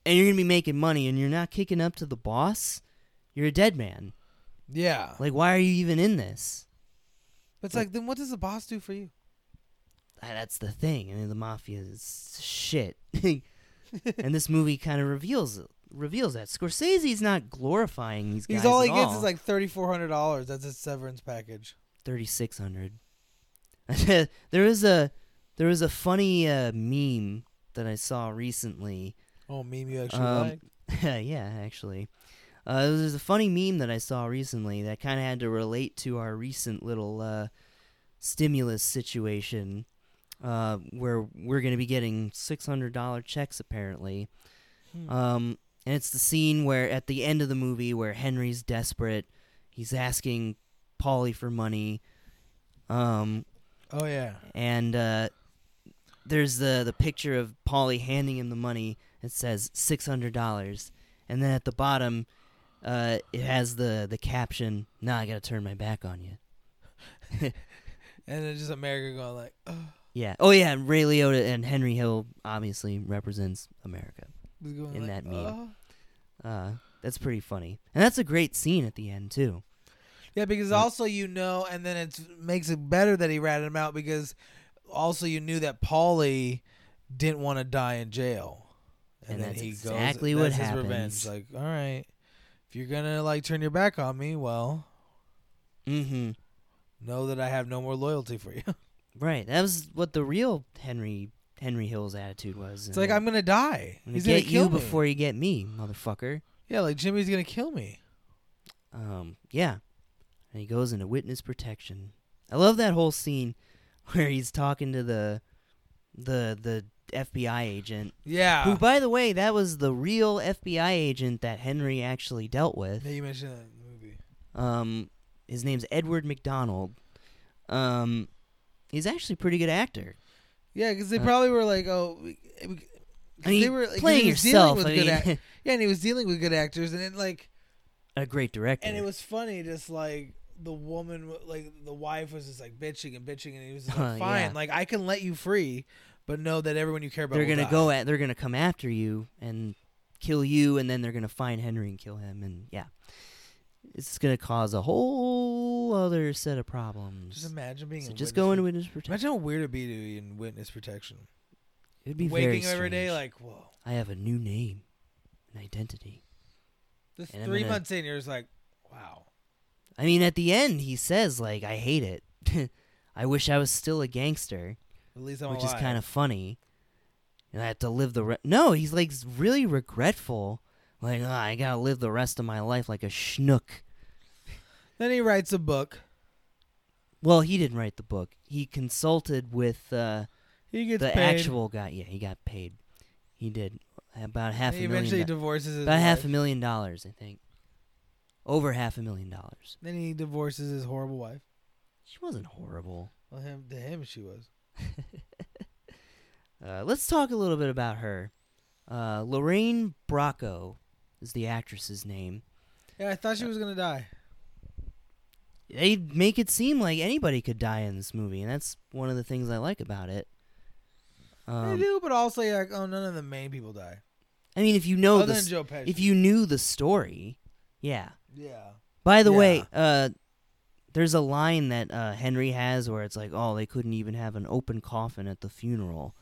Speaker 1: and you're gonna be making money and you're not kicking up to the boss, you're a dead man.
Speaker 2: Yeah.
Speaker 1: Like, why are you even in this?
Speaker 2: It's like then what does the boss do for you?
Speaker 1: Ah, that's the thing. I mean, the mafia is shit, [laughs] and this movie kind of reveals reveals that Scorsese's not glorifying these guys.
Speaker 2: He's all
Speaker 1: at
Speaker 2: he gets is like thirty four hundred dollars. That's his severance package.
Speaker 1: thirty six hundred. [laughs] there is a there is a funny uh, meme that I saw recently.
Speaker 2: Oh meme you actually
Speaker 1: Um,
Speaker 2: like.
Speaker 1: [laughs] yeah, actually, uh, there's a funny meme that I saw recently that kind of had to relate to our recent little uh, stimulus situation, uh, where we're going to be getting six hundred dollar checks apparently.
Speaker 2: Hmm.
Speaker 1: Um, and it's the scene where at the end of the movie where Henry's desperate, he's asking Polly for money. Um,
Speaker 2: Oh yeah.
Speaker 1: and uh, there's the the picture of Polly handing him the money. It says six hundred dollars, and then at the bottom, uh, it has the the caption. Now nah, I gotta turn my back on you.
Speaker 2: And then just America going like, oh,
Speaker 1: Yeah. Oh yeah. and Ray Liotta and Henry Hill obviously represents America.
Speaker 2: just going
Speaker 1: In
Speaker 2: like,
Speaker 1: that meme.
Speaker 2: "Oh."
Speaker 1: Uh, that's pretty funny, and that's a great scene at the end too.
Speaker 2: Yeah, because
Speaker 1: Yeah.
Speaker 2: also you know, and then it makes it better that he ratted him out because also you knew that Paulie didn't want to die in jail,
Speaker 1: And
Speaker 2: then
Speaker 1: that's
Speaker 2: he
Speaker 1: exactly
Speaker 2: goes,
Speaker 1: what
Speaker 2: that's his revenge.
Speaker 1: happens.
Speaker 2: Like, all right, if you're gonna like turn your back on me, well,
Speaker 1: Mm-hmm.
Speaker 2: know that I have no more loyalty for you. [laughs]
Speaker 1: Right. That was what the real Henry Henry Hill's attitude was.
Speaker 2: it's like I'm gonna die.
Speaker 1: I'm gonna
Speaker 2: He's
Speaker 1: get
Speaker 2: kill
Speaker 1: you
Speaker 2: me.
Speaker 1: before you get me, motherfucker.
Speaker 2: Yeah, like Jimmy's gonna kill me.
Speaker 1: Um, yeah. And he goes into witness protection. I love that whole scene [laughs] where he's talking to the the the FBI agent.
Speaker 2: Yeah.
Speaker 1: Who by the way, that was the real FBI agent that Henry actually dealt with.
Speaker 2: yeah, you mentioned that in the movie.
Speaker 1: Um his name's Edward McDonald. Um he's actually a pretty good actor.
Speaker 2: Yeah, because they
Speaker 1: Uh,
Speaker 2: probably were like, oh, we, we, 'cause
Speaker 1: I mean,
Speaker 2: they were 'cause he
Speaker 1: playing
Speaker 2: was dealing
Speaker 1: yourself,
Speaker 2: with
Speaker 1: I
Speaker 2: good
Speaker 1: mean,
Speaker 2: [laughs] act- yeah, and he was dealing with good actors, and it like.
Speaker 1: [laughs] a great director.
Speaker 2: And it was funny, just like the woman, w- like the wife was just like bitching and bitching, and he was just
Speaker 1: Huh,
Speaker 2: like, "Fine,
Speaker 1: yeah.
Speaker 2: like I can let you free, but know that everyone you care about."
Speaker 1: they're
Speaker 2: will
Speaker 1: gonna
Speaker 2: die."
Speaker 1: go at they're gonna come after you and kill you, and then they're gonna find Henry and kill him, and yeah, it's gonna cause a whole other set of problems.
Speaker 2: Just imagine being.
Speaker 1: so
Speaker 2: in
Speaker 1: just
Speaker 2: witness
Speaker 1: go into
Speaker 2: pro-
Speaker 1: witness protection.
Speaker 2: Imagine how weird it'd be to be in witness protection.
Speaker 1: It'd be very
Speaker 2: Waking
Speaker 1: strange.
Speaker 2: up every day, like whoa.
Speaker 1: I have a new name, an identity.
Speaker 2: This
Speaker 1: And I'm
Speaker 2: three
Speaker 1: gonna-
Speaker 2: months in, you're just like, wow.
Speaker 1: I mean, at the end, he says like, "I hate it. [laughs] I wish I was still a gangster,"
Speaker 2: At least I'm
Speaker 1: which
Speaker 2: alive.
Speaker 1: is kind of funny. And I have to live the re- no. He's like s- really regretful. Like, "Ah, I gotta live the rest of my life like a schnook.
Speaker 2: Then he writes a book.
Speaker 1: Well, he didn't write the book. He consulted with uh,
Speaker 2: He gets
Speaker 1: the
Speaker 2: paid.
Speaker 1: actual guy. Yeah, he got paid. He did about half
Speaker 2: and
Speaker 1: a
Speaker 2: he
Speaker 1: million.
Speaker 2: eventually
Speaker 1: do-
Speaker 2: divorces his.
Speaker 1: about half a
Speaker 2: wife.
Speaker 1: million dollars, I think. Over half a million dollars.
Speaker 2: Then he divorces his horrible wife.
Speaker 1: She wasn't horrible.
Speaker 2: Well, him to him she was.
Speaker 1: Uh, let's talk a little bit about her. Uh, Lorraine Bracco is the actress's name.
Speaker 2: Yeah, I thought
Speaker 1: Uh,
Speaker 2: she was gonna die.
Speaker 1: They make it seem like anybody could die in this movie, and that's one of the things I like about it.
Speaker 2: they
Speaker 1: Um,
Speaker 2: do, but also you're like, oh, none of the main people die.
Speaker 1: I mean, if you know
Speaker 2: Other
Speaker 1: Oh, the
Speaker 2: than
Speaker 1: s-
Speaker 2: Joe Pesci.
Speaker 1: if you knew the story, yeah.
Speaker 2: yeah.
Speaker 1: By the
Speaker 2: Yeah.
Speaker 1: way, uh, there's a line that uh, Henry has where it's like, "Oh, they couldn't even have an open coffin at the funeral.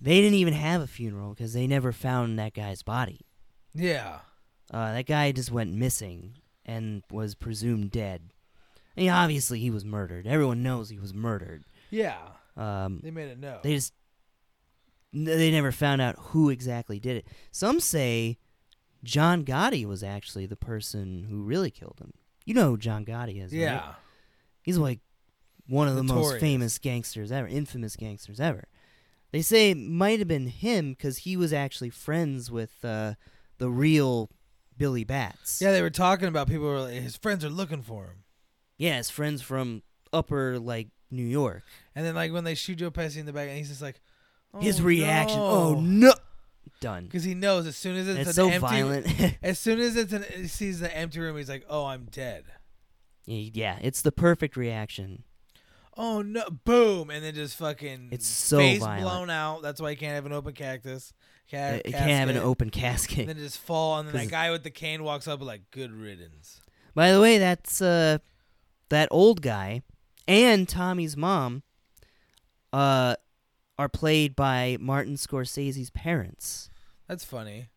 Speaker 1: They didn't even have a funeral because they never found that guy's body."
Speaker 2: Yeah.
Speaker 1: Uh, that guy just went missing and was presumed dead. I mean, obviously he was murdered. Everyone knows he was murdered.
Speaker 2: Yeah.
Speaker 1: Um,
Speaker 2: They made it no.
Speaker 1: they just n- they never found out who exactly did it. Some say John Gotti was actually the person who really killed him. You know who John Gotti is, right?
Speaker 2: yeah.
Speaker 1: He's like one of the most
Speaker 2: Notorious.
Speaker 1: famous gangsters ever, infamous gangsters ever. They say it might have been him because he was actually friends with uh, the real Billy Bats.
Speaker 2: Yeah, they were talking about people were like, his friends are looking for him.
Speaker 1: Yeah, his friends from upper like New York.
Speaker 2: And then like when they shoot Joe Pesci in the back, and he's just like, oh,
Speaker 1: His reaction,
Speaker 2: no.
Speaker 1: oh no, done.
Speaker 2: because he knows as soon as
Speaker 1: And
Speaker 2: it's,
Speaker 1: It's,
Speaker 2: an
Speaker 1: so
Speaker 2: empty,
Speaker 1: violent. [laughs]
Speaker 2: As soon as it's an, he sees the empty room, he's like, oh, I'm dead.
Speaker 1: yeah, it's the perfect reaction.
Speaker 2: Oh no! Boom! And then just fucking
Speaker 1: It's so
Speaker 2: face
Speaker 1: violent.
Speaker 2: blown out. That's why you can't have an open cactus. Ca-
Speaker 1: Uh, it can't have an
Speaker 2: casket.
Speaker 1: open
Speaker 2: And
Speaker 1: casket.
Speaker 2: then just fall, and then
Speaker 1: 'Cause-
Speaker 2: that guy with the cane walks up like, "Good riddance."
Speaker 1: By the way, that's uh, that old guy and Tommy's mom, uh, are played by Martin Scorsese's parents.
Speaker 2: That's funny.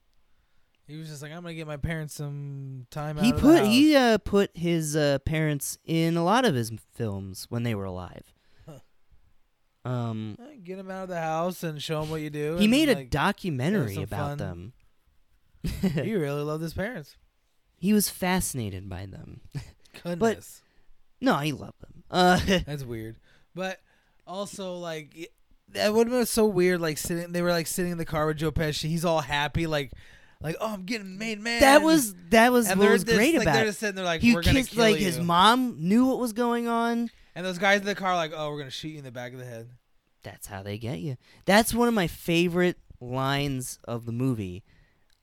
Speaker 2: He was just like, "I'm gonna get my parents some time
Speaker 1: he
Speaker 2: out."
Speaker 1: put
Speaker 2: of the
Speaker 1: he
Speaker 2: house."
Speaker 1: uh, put his uh, parents in a lot of his m- films when they were alive.
Speaker 2: Huh.
Speaker 1: Um,
Speaker 2: Uh, get him out of the house and show him what you do.
Speaker 1: he
Speaker 2: and,
Speaker 1: made a
Speaker 2: like,
Speaker 1: documentary
Speaker 2: some
Speaker 1: about
Speaker 2: fun.
Speaker 1: them.
Speaker 2: [laughs] You really loved his parents.
Speaker 1: [laughs] he was fascinated by them.
Speaker 2: Goodness,
Speaker 1: No, he loved them.
Speaker 2: [laughs]
Speaker 1: Uh, [laughs]
Speaker 2: that's weird. But also, like, y- that would have been so weird. Like sitting, they were like sitting in the car with Joe Pesci. He's all happy, like, like, oh, I'm getting made man.
Speaker 1: that was that was
Speaker 2: and
Speaker 1: what
Speaker 2: they're
Speaker 1: was
Speaker 2: just-
Speaker 1: great
Speaker 2: like,
Speaker 1: about
Speaker 2: They're
Speaker 1: it.
Speaker 2: just sitting there like,
Speaker 1: He
Speaker 2: we're gonna
Speaker 1: kissed
Speaker 2: kill
Speaker 1: like
Speaker 2: you.
Speaker 1: his mom knew what was going on.
Speaker 2: And those guys in the car are like, oh, we're gonna shoot you in the back of the head.
Speaker 1: That's how they get you. That's one of my favorite lines of the movie.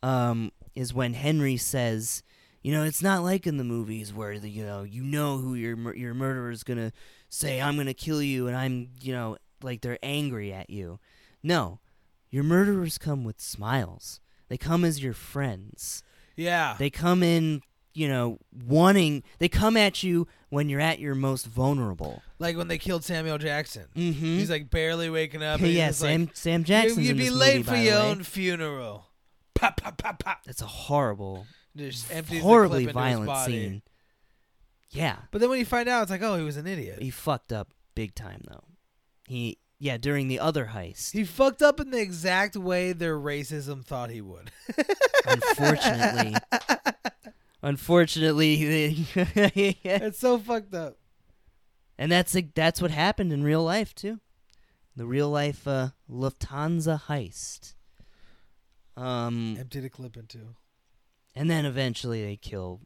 Speaker 1: Um, is when Henry says, "You know, it's not like in the movies where the, you know you know who your mur- your murderer is gonna say I'm gonna kill you and I'm you know like they're angry at you. No, your murderers come with smiles. They come as your friends.
Speaker 2: Yeah.
Speaker 1: They come in." You know, wanting they come at you when you're at your most vulnerable.
Speaker 2: like when they killed Samuel Jackson.
Speaker 1: Mm-hmm.
Speaker 2: He's like barely waking up. And he's
Speaker 1: yeah,
Speaker 2: just like,
Speaker 1: Sam Sam Jackson.
Speaker 2: You'd
Speaker 1: in
Speaker 2: be
Speaker 1: this
Speaker 2: late
Speaker 1: movie,
Speaker 2: for
Speaker 1: by
Speaker 2: your
Speaker 1: the way.
Speaker 2: own funeral. Pop, pop, pop, pop.
Speaker 1: That's a horrible,
Speaker 2: Just empties
Speaker 1: horribly
Speaker 2: the clip into his
Speaker 1: violent
Speaker 2: body.
Speaker 1: scene. Yeah,
Speaker 2: But then when you find out, it's like, oh, he was an idiot.
Speaker 1: he fucked up big time though. He yeah during the other heist.
Speaker 2: [laughs] He fucked up in the exact way their racism thought he would. [laughs]
Speaker 1: unfortunately, unfortunately, [laughs] they-
Speaker 2: it's so fucked up.
Speaker 1: and that's like, that's what happened in real life too. The real life uh, Lufthansa heist. Um,
Speaker 2: Emptied a clip into.
Speaker 1: and then eventually they kill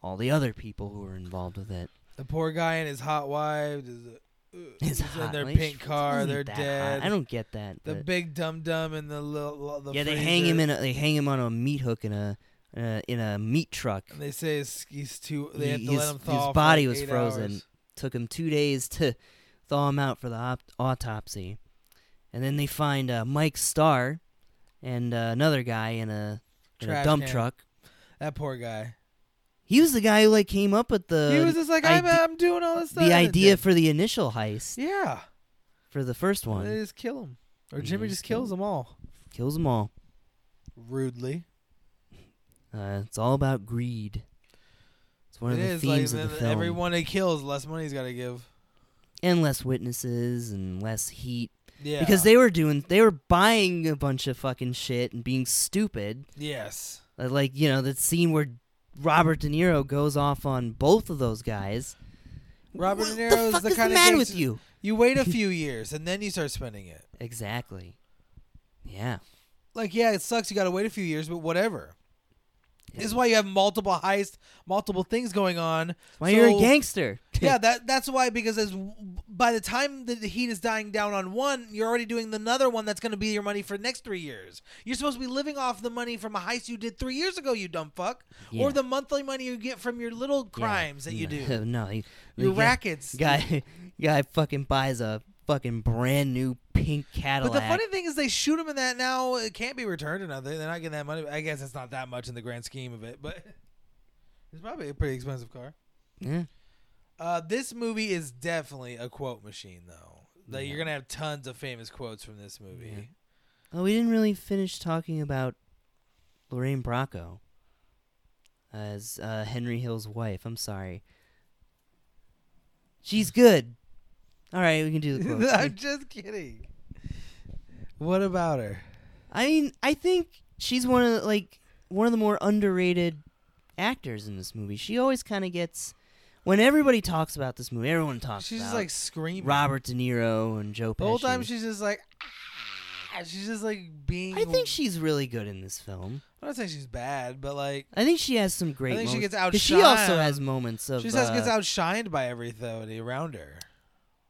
Speaker 1: all the other people who were involved with it.
Speaker 2: The poor guy and his hot wife. Is uh,
Speaker 1: It's
Speaker 2: in
Speaker 1: hot.
Speaker 2: their
Speaker 1: like,
Speaker 2: pink
Speaker 1: it
Speaker 2: car.
Speaker 1: wasn't
Speaker 2: They're
Speaker 1: that hot.
Speaker 2: dead.
Speaker 1: I don't get that.
Speaker 2: The
Speaker 1: but-
Speaker 2: big dum dum and the little. The
Speaker 1: yeah, they hang him
Speaker 2: freezer.
Speaker 1: in. A, they hang him on a meat hook in a uh, in a meat truck.
Speaker 2: And they say his, he's too. They
Speaker 1: He-
Speaker 2: have to
Speaker 1: his-
Speaker 2: let him thaw.
Speaker 1: his
Speaker 2: for
Speaker 1: body
Speaker 2: like
Speaker 1: was
Speaker 2: eight
Speaker 1: frozen.
Speaker 2: hours.
Speaker 1: Took him two days to thaw him out for the op- autopsy, and then they find uh, Mike Starr and uh, another guy in a in a
Speaker 2: Trash
Speaker 1: dump
Speaker 2: can.
Speaker 1: truck.
Speaker 2: That poor guy.
Speaker 1: He was the guy who like came up with the
Speaker 2: he was just like, I'm,
Speaker 1: ide-
Speaker 2: I'm doing all this stuff.
Speaker 1: Uh, the
Speaker 2: and it
Speaker 1: idea
Speaker 2: did-
Speaker 1: for the initial heist
Speaker 2: yeah.
Speaker 1: for the first
Speaker 2: And They
Speaker 1: one.
Speaker 2: just kill him. Or
Speaker 1: And they
Speaker 2: Jimmy
Speaker 1: just
Speaker 2: just kills
Speaker 1: kill
Speaker 2: them all.
Speaker 1: Kills them all.
Speaker 2: Rudely.
Speaker 1: Uh, it's all about greed. It's one
Speaker 2: It
Speaker 1: of the
Speaker 2: is.
Speaker 1: themes
Speaker 2: like,
Speaker 1: of the
Speaker 2: the-
Speaker 1: film.
Speaker 2: Everyone he kills, less money he's got to give.
Speaker 1: and less witnesses and less heat
Speaker 2: Yeah.
Speaker 1: because they were doing they were buying a bunch of fucking shit and being stupid.
Speaker 2: Yes.
Speaker 1: Uh, Like you know that scene where Robert De Niro goes off on both of those guys.
Speaker 2: Robert De
Speaker 1: What
Speaker 2: Niro
Speaker 1: the
Speaker 2: is
Speaker 1: fuck
Speaker 2: the
Speaker 1: is
Speaker 2: kind
Speaker 1: the
Speaker 2: of
Speaker 1: man
Speaker 2: gangster-
Speaker 1: with you?
Speaker 2: You wait a few years and then you start spending it.
Speaker 1: Exactly. Yeah.
Speaker 2: Like, yeah, it sucks. You got to wait a few years, but whatever. This is why you have multiple heists, multiple things going on.
Speaker 1: Why you're a
Speaker 2: So-
Speaker 1: gangster?
Speaker 2: [laughs]
Speaker 1: [laughs]
Speaker 2: yeah, that that's why because as by the time the heat is dying down on one, you're already doing another one that's going to be your money for the next three years. You're supposed to be living off the money from a heist you did three years ago, you dumb fuck,
Speaker 1: Yeah.
Speaker 2: or the monthly money you get from your little
Speaker 1: Yeah.
Speaker 2: crimes that you
Speaker 1: [laughs]
Speaker 2: do,
Speaker 1: no, he, the
Speaker 2: your
Speaker 1: guy- [laughs]
Speaker 2: rackets.
Speaker 1: Guy, guy fucking buys a fucking brand new pink
Speaker 2: But
Speaker 1: Cadillac.
Speaker 2: the funny thing is, they shoot him in that now. It can't be returned or nothing. They're not getting that money. I guess it's not that much in the grand scheme of it, but [laughs] it's probably a pretty expensive car.
Speaker 1: yeah.
Speaker 2: Uh, this movie is definitely a quote machine, though. Like
Speaker 1: Yeah.
Speaker 2: you're gonna have tons of famous quotes from this movie.
Speaker 1: Oh, we didn't really finish talking about Lorraine Bracco as uh, Henry Hill's wife. I'm sorry. She's good. All right, we can do the quotes.
Speaker 2: [laughs] I'm just kidding. What about her?
Speaker 1: I mean, I think she's one of the, like one of the more underrated actors in this movie. She always kind of gets when everybody talks about this movie. Everyone talks
Speaker 2: She's just
Speaker 1: about
Speaker 2: like screaming.
Speaker 1: Robert De Niro and Joe Pesci.
Speaker 2: the whole time she's just like, "Ah," she's just like being.
Speaker 1: I think she's really good in this film.
Speaker 2: I'm not saying she's bad, but like
Speaker 1: I think she has some great.
Speaker 2: I think she
Speaker 1: moments.
Speaker 2: gets
Speaker 1: 'Cause She also
Speaker 2: outshined.
Speaker 1: has moments of.
Speaker 2: she just
Speaker 1: uh,
Speaker 2: gets outshined by everything around her.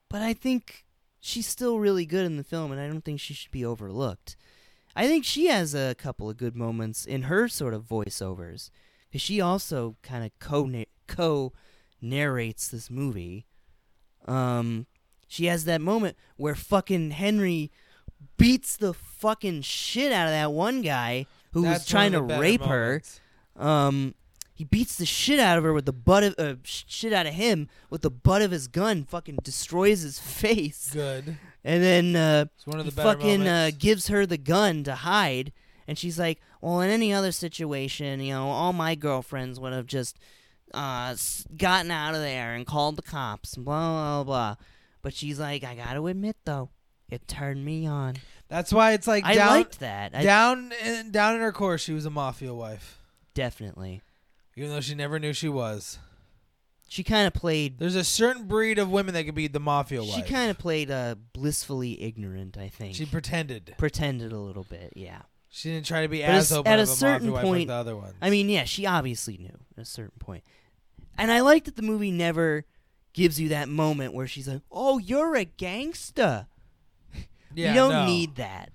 Speaker 1: But I think she's still really good in the film, and I don't think she should be overlooked. I think she has a couple of good moments in her sort of voiceovers, because she also kind of co co narrates this movie. Um, she has that moment where fucking Henry beats the fucking shit out of that one guy who was
Speaker 2: That's one
Speaker 1: trying
Speaker 2: of
Speaker 1: to
Speaker 2: the better
Speaker 1: rape her.
Speaker 2: moments.
Speaker 1: Um, he beats the shit out of her with the butt of uh, sh- shit out of him with the butt of his gun. Fucking destroys his [laughs] face,
Speaker 2: Good.
Speaker 1: and then uh,
Speaker 2: It's one of
Speaker 1: he
Speaker 2: the better
Speaker 1: fucking uh,
Speaker 2: moments.
Speaker 1: gives her the gun to hide. And she's like, "Well, in any other situation, you know, all my girlfriends would have just uh, s- gotten out of there and called the cops." and Blah blah blah. But she's like, "I gotta admit though, it turned me on.
Speaker 2: That's why it's like
Speaker 1: I
Speaker 2: down,
Speaker 1: liked that. I
Speaker 2: down, in, down in her core, she was a mafia wife,
Speaker 1: definitely."
Speaker 2: even though she never knew she was.
Speaker 1: She kind of played
Speaker 2: There's a certain breed of women that could be the mafia wife.
Speaker 1: She kind of played uh, blissfully ignorant, I think.
Speaker 2: she
Speaker 1: She
Speaker 2: pretended.
Speaker 1: pretended a little bit, yeah.
Speaker 2: She didn't try to be
Speaker 1: But
Speaker 2: as
Speaker 1: it's-
Speaker 2: open
Speaker 1: at
Speaker 2: of
Speaker 1: a
Speaker 2: a
Speaker 1: certain
Speaker 2: mafia wife
Speaker 1: point-
Speaker 2: like the other ones.
Speaker 1: I mean, yeah, she obviously knew at a certain point. And I like that the movie never gives you that moment where she's like, "Oh, you're a gangsta."
Speaker 2: yeah,
Speaker 1: you don't
Speaker 2: no.
Speaker 1: need that.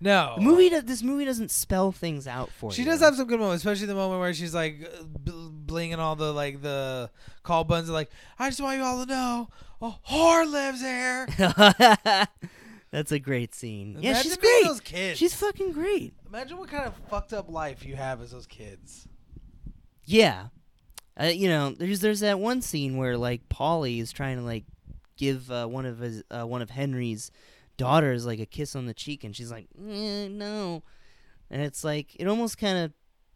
Speaker 2: no
Speaker 1: The movie do- this movie doesn't spell things out for
Speaker 2: She
Speaker 1: you. [laughs]
Speaker 2: does have some good moments, especially the moment where she's like uh, bl- blinging all the like the call buttons, like I just want you all to know, a whore lives here.
Speaker 1: have That's a great scene. yeah,
Speaker 2: Imagine
Speaker 1: she's
Speaker 2: being
Speaker 1: great.
Speaker 2: Those kids.
Speaker 1: She's fucking great.
Speaker 2: Imagine what kind of fucked up life you have as those kids.
Speaker 1: Yeah. Uh, you know, there's there's that one scene where like Polly is trying to like give uh, one of his uh, one of Henry's daughters like a kiss on the cheek, and she's like, "Eh, no, and it's like it almost kind of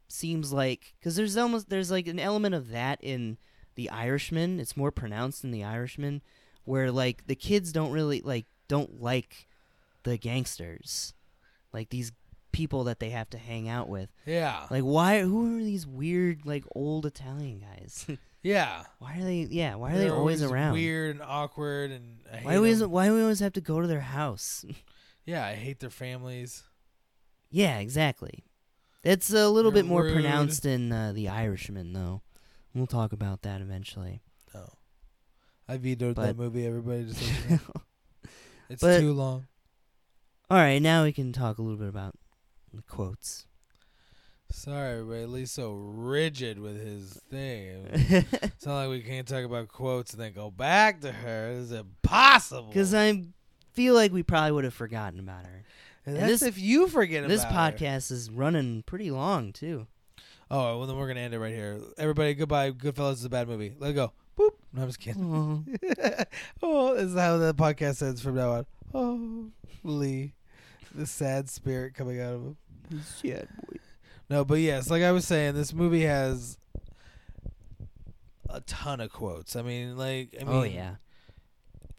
Speaker 1: seems like because there's almost there's like an element of that in The Irishman. It's more pronounced in The Irishman, where like the kids don't really like don't like the gangsters, like these people that they have to hang out with.
Speaker 2: Yeah.
Speaker 1: Like, why? Who are these weird, like, old Italian
Speaker 2: [laughs]
Speaker 1: guys?
Speaker 2: Yeah.
Speaker 1: why are they? Yeah, why are they
Speaker 2: They're
Speaker 1: always, around?
Speaker 2: Weird and awkward and I hate
Speaker 1: Why always?
Speaker 2: them.
Speaker 1: Why do we always have to go to their house? [laughs]
Speaker 2: Yeah, I hate their families.
Speaker 1: yeah, exactly. That's a little
Speaker 2: They're
Speaker 1: bit more
Speaker 2: rude.
Speaker 1: pronounced in uh, the Irishman, though. We'll talk about that eventually.
Speaker 2: No. I vetoed
Speaker 1: But-
Speaker 2: that movie, everybody just like,
Speaker 1: All [laughs]
Speaker 2: it's
Speaker 1: But-
Speaker 2: too long.
Speaker 1: right, now we can talk a little bit about the quotes. [laughs]
Speaker 2: Sorry, everybody. Lee's so rigid with his
Speaker 1: [laughs]
Speaker 2: thing.
Speaker 1: Because
Speaker 2: It's not like we can't talk about quotes and then go back to her. It's impossible.
Speaker 1: uh, I feel like we probably would have forgotten about her. And
Speaker 2: And that's
Speaker 1: this-
Speaker 2: if you forget
Speaker 1: This
Speaker 2: about her.
Speaker 1: podcast is running pretty long
Speaker 2: [laughs]
Speaker 1: too.
Speaker 2: Oh, well, then we're going to end it right here. Everybody, goodbye. Goodfellas is a bad movie. Let it go. Boop. No, I'm just kidding. [laughs]
Speaker 1: Aw.
Speaker 2: oh, this is how the podcast ends from now on. Oh, Lee. The sad spirit coming out of him. No, but yes, like I was saying, this movie has a ton of quotes. I mean, like, I mean,
Speaker 1: oh yeah.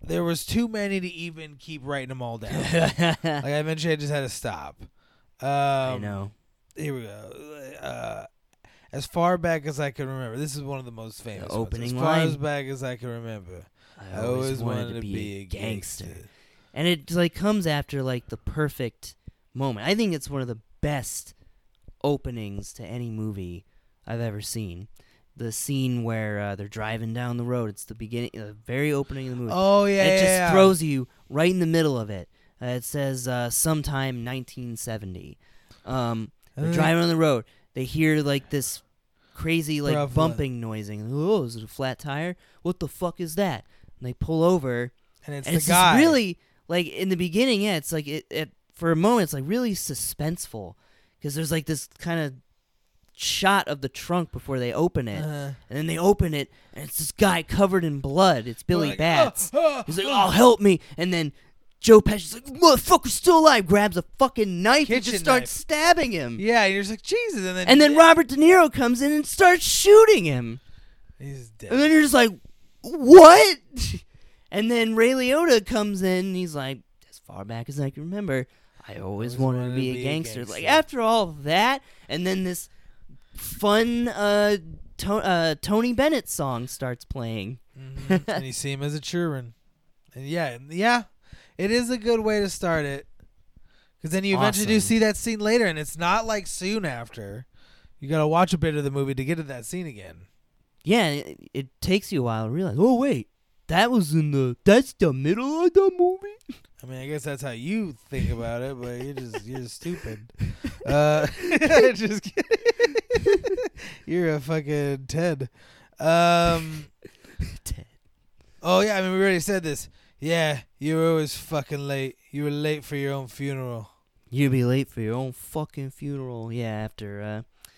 Speaker 2: there was too many to even keep writing them all down. [laughs]
Speaker 1: [laughs]
Speaker 2: like I mentioned, I just had to stop. Um,
Speaker 1: I know.
Speaker 2: Here we go. Uh, as far back as I can remember, this is one of the most famous. ones.
Speaker 1: opening
Speaker 2: As far
Speaker 1: line.
Speaker 2: as back as I can remember,
Speaker 1: I always, wanted, to be, a gangster.
Speaker 2: gangster.
Speaker 1: And it like comes after like the perfect moment. I think it's one of the best openings to any movie I've ever seen. The scene where uh, they're driving down the road. It's the beginning, the very opening of the movie.
Speaker 2: Oh yeah,
Speaker 1: it
Speaker 2: yeah,
Speaker 1: just
Speaker 2: yeah.
Speaker 1: throws you right in the middle of it. Uh, it says uh, sometime 1970. Um, they're
Speaker 2: And then-
Speaker 1: driving on the road. They hear like this crazy like
Speaker 2: Bruv, what?
Speaker 1: bumping noising. Oh, is it a flat tire? What the fuck is that? And they pull over.
Speaker 2: and it's
Speaker 1: and
Speaker 2: the
Speaker 1: it's just
Speaker 2: guy.
Speaker 1: really like in the beginning, yeah, it's like it, it for a moment it's like really suspenseful because there's like this kind of shot of the trunk before they open it,
Speaker 2: Uh-huh.
Speaker 1: and then they open it and it's this guy covered in blood. It's Billy
Speaker 2: Like, [laughs]
Speaker 1: Bats.
Speaker 2: "Oh, oh,
Speaker 1: He's like,
Speaker 2: oh."
Speaker 1: "Oh, help me!" And then Joe Pesci's like, "Motherfucker's still alive!" Grabs a fucking knife and
Speaker 2: Kitchen
Speaker 1: just starts
Speaker 2: knife.
Speaker 1: stabbing him.
Speaker 2: Yeah, and you're just like Jesus, and then
Speaker 1: And then Robert De Niro comes in and starts shooting him.
Speaker 2: he's dead.
Speaker 1: And then you're just like, what? [laughs] And then Ray Liotta comes in and he's like, as far back as I can remember, I always wanted, to be, a gangster. Like,
Speaker 2: gangster.
Speaker 1: after all of that, and then this fun uh, to- uh, Tony Bennett song starts playing.
Speaker 2: Mhm. and you see him as a children. And yeah, and yeah, it is a good way to start it. Because then you eventually do
Speaker 1: Awesome.
Speaker 2: see that scene later, and it's not like soon after. You got to watch a bit of the movie to get to that scene again.
Speaker 1: Yeah, it, it takes you a while to realize, oh, wait, that was in the, that's the middle of the movie?
Speaker 2: I mean, I guess that's how you think about it, but you're just you're just stupid. Uh, [laughs] just kidding. [laughs] you're a fucking Ted. Um, oh yeah, I mean we already said this. Yeah, you were always fucking late. You were late for your own funeral.
Speaker 1: You'd be late for your own fucking funeral. Yeah, after uh,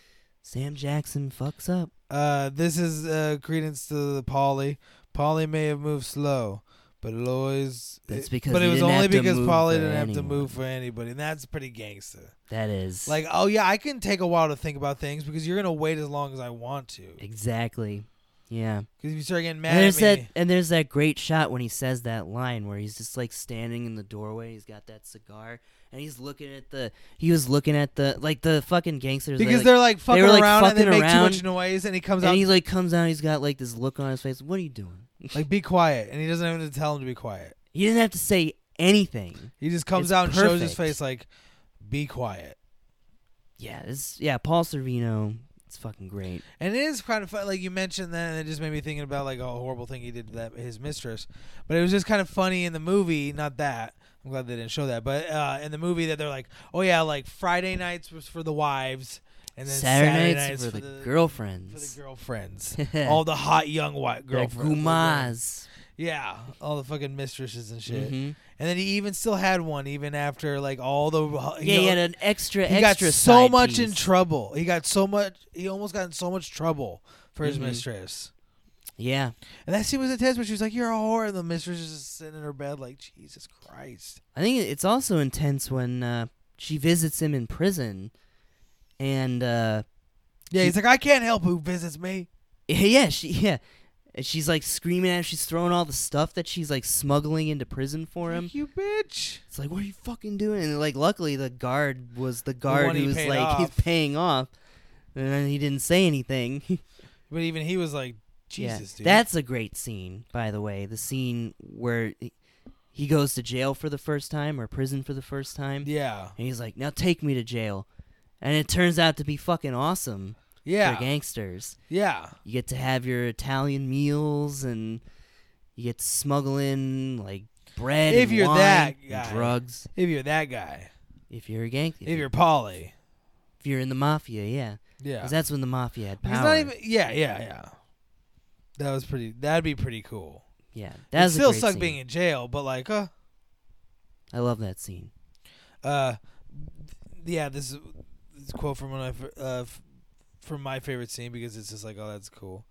Speaker 1: Sam Jackson fucks up.
Speaker 2: Uh, this is uh, credence to the Polly. Polly may have moved slow, but it always.
Speaker 1: That's
Speaker 2: it-
Speaker 1: because
Speaker 2: but it
Speaker 1: he
Speaker 2: was
Speaker 1: didn't
Speaker 2: only
Speaker 1: have to
Speaker 2: because
Speaker 1: move
Speaker 2: Polly
Speaker 1: for
Speaker 2: didn't have to
Speaker 1: anyone.
Speaker 2: move for anybody, and that's pretty gangster.
Speaker 1: That is
Speaker 2: Like, oh yeah, I can take a while to think about things because you're gonna wait as long as I want to.
Speaker 1: exactly, yeah.
Speaker 2: Because if you start getting
Speaker 1: And
Speaker 2: mad at
Speaker 1: there's
Speaker 2: me,
Speaker 1: that, and there's that great shot when he says that line where he's just like standing in the doorway. He's got that cigar, and he's looking at the. He was looking at the like the fucking gangsters. they,
Speaker 2: because
Speaker 1: like,
Speaker 2: they're like fucking
Speaker 1: were, like,
Speaker 2: around and they
Speaker 1: fucking
Speaker 2: make too much
Speaker 1: around,
Speaker 2: noise, and he comes out
Speaker 1: and he like comes out. He's got like this look on his face. What are you doing?
Speaker 2: like, "Be quiet," and he doesn't even have to tell him to be quiet.
Speaker 1: You didn't have to say anything.
Speaker 2: He just comes
Speaker 1: It's
Speaker 2: out and shows his
Speaker 1: perfect.
Speaker 2: face like, "Be quiet."
Speaker 1: Yeah, this. Yeah, Paul Servino. It's fucking great.
Speaker 2: And it is kind of fun, like you mentioned that, and it just made me thinking about like a horrible thing he did to that his mistress. But it was just kind of funny in the movie, not that. I'm glad they didn't show that, but uh, in the movie that they're like, oh yeah, like Friday nights was for the wives, and then
Speaker 1: Saturday, nights,
Speaker 2: nights
Speaker 1: for, the, girlfriends.
Speaker 2: for the
Speaker 1: [laughs]
Speaker 2: girlfriends, all the hot young white
Speaker 1: The
Speaker 2: girlfriends,
Speaker 1: Gumas.
Speaker 2: yeah, all the fucking mistresses and shit.
Speaker 1: Mhm.
Speaker 2: And then he even still had one, even after like all the you
Speaker 1: Yeah, he
Speaker 2: know,
Speaker 1: had an extra,
Speaker 2: he got
Speaker 1: extra.
Speaker 2: so
Speaker 1: side
Speaker 2: much in
Speaker 1: piece.
Speaker 2: trouble. He got so much. He almost got in so much trouble for his
Speaker 1: Mhm.
Speaker 2: mistress.
Speaker 1: yeah,
Speaker 2: And that scene was intense, but she was like, "You're a whore," and the mistress is just sitting in her bed, like, "Jesus Christ."
Speaker 1: I think it's also intense when uh, she visits him in prison, and uh, [laughs]
Speaker 2: Yeah, he's like, "I can't help who visits me."
Speaker 1: yeah, she yeah, And she's like screaming at him. She's throwing all the stuff that she's like smuggling into prison for him.
Speaker 2: You bitch.
Speaker 1: It's like, what are you fucking doing? And like, luckily, the guard was the
Speaker 2: one
Speaker 1: guard
Speaker 2: he
Speaker 1: who was
Speaker 2: paid
Speaker 1: like, [laughs]
Speaker 2: off.
Speaker 1: he's paying off, and then he didn't say anything. [laughs]
Speaker 2: But even he was like, "Jesus,
Speaker 1: yeah.
Speaker 2: dude."
Speaker 1: That's a great scene, by the way. The scene where he- he goes to jail for the first time or prison for the first time.
Speaker 2: yeah,
Speaker 1: And he's like, now take me to jail. And it turns out to be fucking awesome for
Speaker 2: yeah,
Speaker 1: gangsters.
Speaker 2: yeah.
Speaker 1: You get to have your Italian meals and you get to smuggle in like bread
Speaker 2: If
Speaker 1: and
Speaker 2: you're
Speaker 1: wine
Speaker 2: that
Speaker 1: and
Speaker 2: guy.
Speaker 1: drugs.
Speaker 2: If you're that guy,
Speaker 1: If you're a gang, if,
Speaker 2: if
Speaker 1: you're,
Speaker 2: you're Polly,
Speaker 1: if you're in the mafia, yeah,
Speaker 2: yeah,
Speaker 1: because that's when the mafia had
Speaker 2: He's
Speaker 1: power.
Speaker 2: not even. Yeah, yeah, yeah. That was pretty. That'd be pretty cool.
Speaker 1: yeah,
Speaker 2: It
Speaker 1: that's
Speaker 2: still sucked being in jail, but like, uh,
Speaker 1: I love that scene. [laughs]
Speaker 2: Uh, yeah, this is this quote from one of my f- uh, f- from my favorite scene because it's just like, oh, that's cool.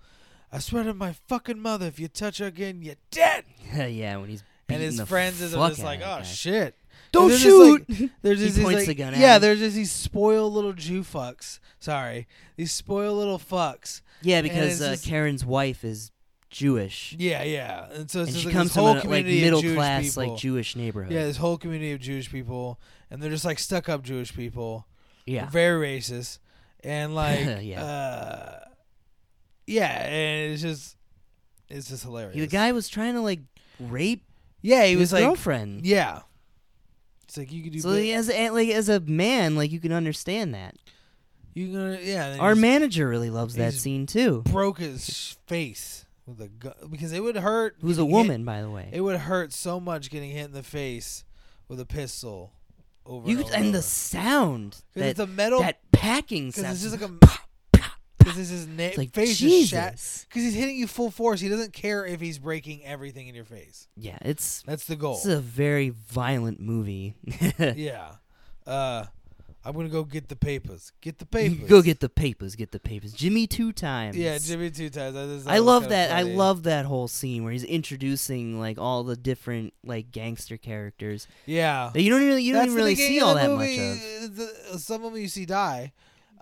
Speaker 2: I swear to my fucking mother, if you touch her again, you're dead.
Speaker 1: yeah, when he's
Speaker 2: and his
Speaker 1: the
Speaker 2: friends is
Speaker 1: fuck
Speaker 2: just like,
Speaker 1: outta
Speaker 2: oh
Speaker 1: that guy.
Speaker 2: shit. [laughs]
Speaker 1: Don't
Speaker 2: There's just, like-
Speaker 1: shoot.
Speaker 2: There's
Speaker 1: He
Speaker 2: just these,
Speaker 1: points
Speaker 2: like-
Speaker 1: the gun at
Speaker 2: yeah.
Speaker 1: him.
Speaker 2: There's just these spoiled little Jew fucks. Sorry, these spoiled little fucks.
Speaker 1: yeah,
Speaker 2: and
Speaker 1: because
Speaker 2: it's
Speaker 1: uh,
Speaker 2: just-
Speaker 1: Karen's wife is Jewish,
Speaker 2: Yeah, yeah. And so
Speaker 1: and
Speaker 2: it's just
Speaker 1: she
Speaker 2: like
Speaker 1: comes
Speaker 2: this
Speaker 1: from
Speaker 2: whole
Speaker 1: a like
Speaker 2: community
Speaker 1: middle
Speaker 2: of Jewish
Speaker 1: class
Speaker 2: people.
Speaker 1: like Jewish neighborhood.
Speaker 2: Yeah, this whole community of Jewish people, and they're just like stuck up Jewish people.
Speaker 1: yeah.
Speaker 2: very racist,
Speaker 1: [laughs]
Speaker 2: and like
Speaker 1: Yeah.
Speaker 2: yeah, uh, yeah, and it's just it's just hilarious.
Speaker 1: He- the guy was trying to like rape
Speaker 2: yeah, he
Speaker 1: his
Speaker 2: was like,
Speaker 1: girlfriend.
Speaker 2: yeah, it's like you could do,
Speaker 1: so
Speaker 2: bet-
Speaker 1: like, as a, like as a man, like you can understand that.
Speaker 2: you gonna yeah. and then
Speaker 1: Our
Speaker 2: he just
Speaker 1: manager really loves that
Speaker 2: he's-
Speaker 1: scene too.
Speaker 2: broke his face with a gun because it would hurt.
Speaker 1: Who's a
Speaker 2: getting hit-
Speaker 1: woman, by the way?
Speaker 2: It would hurt so much getting hit in the face with a pistol. Over
Speaker 1: you
Speaker 2: and,
Speaker 1: could-
Speaker 2: over.
Speaker 1: and the sound
Speaker 2: Because
Speaker 1: that
Speaker 2: it's a metal [laughs]
Speaker 1: that packing
Speaker 2: because
Speaker 1: sound.
Speaker 2: it's just like a [laughs]
Speaker 1: it's
Speaker 2: because it's his na-
Speaker 1: like
Speaker 2: face is shat
Speaker 1: Jesus.
Speaker 2: because he's hitting you full force. He doesn't care if he's breaking everything in your face.
Speaker 1: Yeah, it's
Speaker 2: That's the goal.
Speaker 1: This is a very violent movie. [laughs]
Speaker 2: yeah. Uh, I'm gonna go get the papers. Get the papers.
Speaker 1: Go get the papers. Get the papers. Jimmy two times.
Speaker 2: Yeah, Jimmy two times. I, just-
Speaker 1: I
Speaker 2: was
Speaker 1: love
Speaker 2: kinda
Speaker 1: that. I
Speaker 2: funny.
Speaker 1: love that whole scene where he's introducing like all the different like gangster characters
Speaker 2: Yeah.
Speaker 1: that you don't really you don't
Speaker 2: Oh.
Speaker 1: even
Speaker 2: That's the
Speaker 1: really
Speaker 2: beginning
Speaker 1: see
Speaker 2: of
Speaker 1: all
Speaker 2: the
Speaker 1: that
Speaker 2: movie.
Speaker 1: much of.
Speaker 2: The- some of them you see die.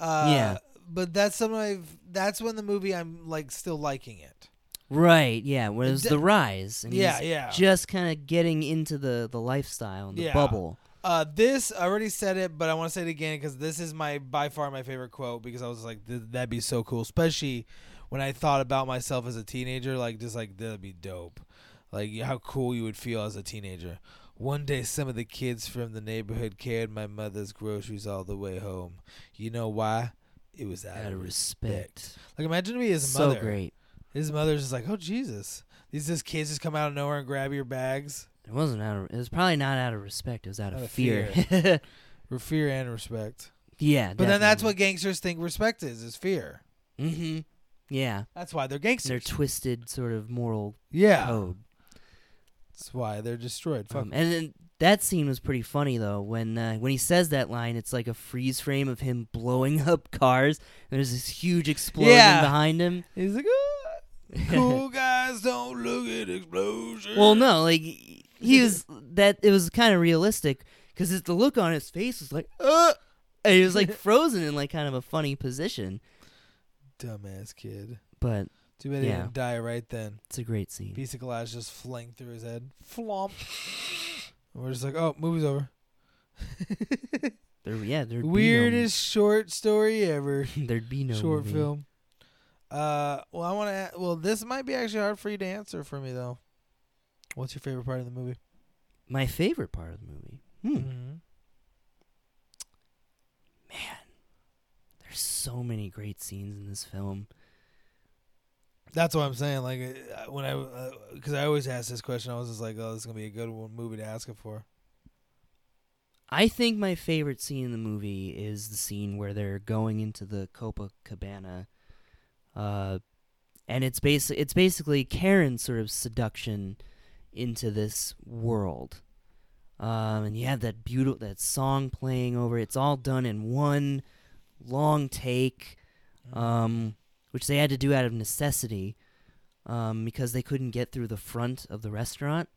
Speaker 2: Uh,
Speaker 1: Yeah.
Speaker 2: But that's some I've. That's when the movie I'm like still liking it.
Speaker 1: Right. Yeah. Where there's
Speaker 2: d-
Speaker 1: the rise and
Speaker 2: yeah,
Speaker 1: he's
Speaker 2: yeah.
Speaker 1: just kind of getting into the the lifestyle and the
Speaker 2: Yeah.
Speaker 1: bubble.
Speaker 2: Uh, this I already said it, but I want to say it again because this is my by far my favorite quote because I was like, "Th- that'd be so cool, especially when I thought about myself as a teenager, like just like that'd be dope, like how cool you would feel as a teenager. One day, some of the kids from the neighborhood carried my mother's groceries all the way home. You know why? It was out,
Speaker 1: Out of respect.
Speaker 2: Like imagine to be his
Speaker 1: So
Speaker 2: mother.
Speaker 1: great.
Speaker 2: His mother's just like, oh Jesus, these just kids just come out of nowhere and grab your bags
Speaker 1: It wasn't out of. It was probably not out of respect. It was out,
Speaker 2: Out
Speaker 1: of
Speaker 2: of
Speaker 1: fear.
Speaker 2: for fear and respect.
Speaker 1: [laughs] yeah.
Speaker 2: But then that's what gangsters think respect is, is fear.
Speaker 1: Mm-hmm. Yeah.
Speaker 2: That's why they're
Speaker 1: It's their
Speaker 2: gangsters.
Speaker 1: twisted sort of moral
Speaker 2: yeah.
Speaker 1: code.
Speaker 2: That's why they're destroyed. Fuck.
Speaker 1: Um, and then that scene was pretty funny though. When uh, when he says that line, it's like a freeze frame of him blowing [laughs] up cars. And there's this huge explosion
Speaker 2: Yeah.
Speaker 1: behind him.
Speaker 2: He's like, "Ah,
Speaker 1: [laughs]
Speaker 2: cool guys don't look at explosions.
Speaker 1: well, no, like he
Speaker 2: [laughs]
Speaker 1: was that. It was kind of realistic because the look on his face was like, [laughs] uh, and he was
Speaker 2: [laughs]
Speaker 1: like frozen in like kind of a funny position.
Speaker 2: Dumbass kid.
Speaker 1: But
Speaker 2: Too bad he
Speaker 1: Yeah.
Speaker 2: didn't die right then.
Speaker 1: it's a great scene.
Speaker 2: Piece of glass just flinged through his head. Flomp. [laughs] And we're just like, oh, movie's over.
Speaker 1: There, yeah, there'd
Speaker 2: Weirdest short story ever.
Speaker 1: Be no, [laughs] there'd be no
Speaker 2: short
Speaker 1: movie.
Speaker 2: film. Uh, well, I want to. Well, this might be actually hard for you to answer for me though. What's your favorite part of the movie?
Speaker 1: My favorite part of the movie. Hmm.
Speaker 2: Mm-hmm.
Speaker 1: There's so many great scenes in this film.
Speaker 2: That's what I'm saying. Like uh, when I, because I always ask this question, I was just like, "Oh, this is gonna be a good one, movie to ask it for."
Speaker 1: I think my favorite scene in the movie is the scene where they're going into the Copacabana, uh, and it's basi- it's basically Karen's sort of seduction into this world, um, and you have that beautiful that song playing over. it. It's all done in one long take, um, which they had to do out of necessity um, because they couldn't get through the front of the restaurant,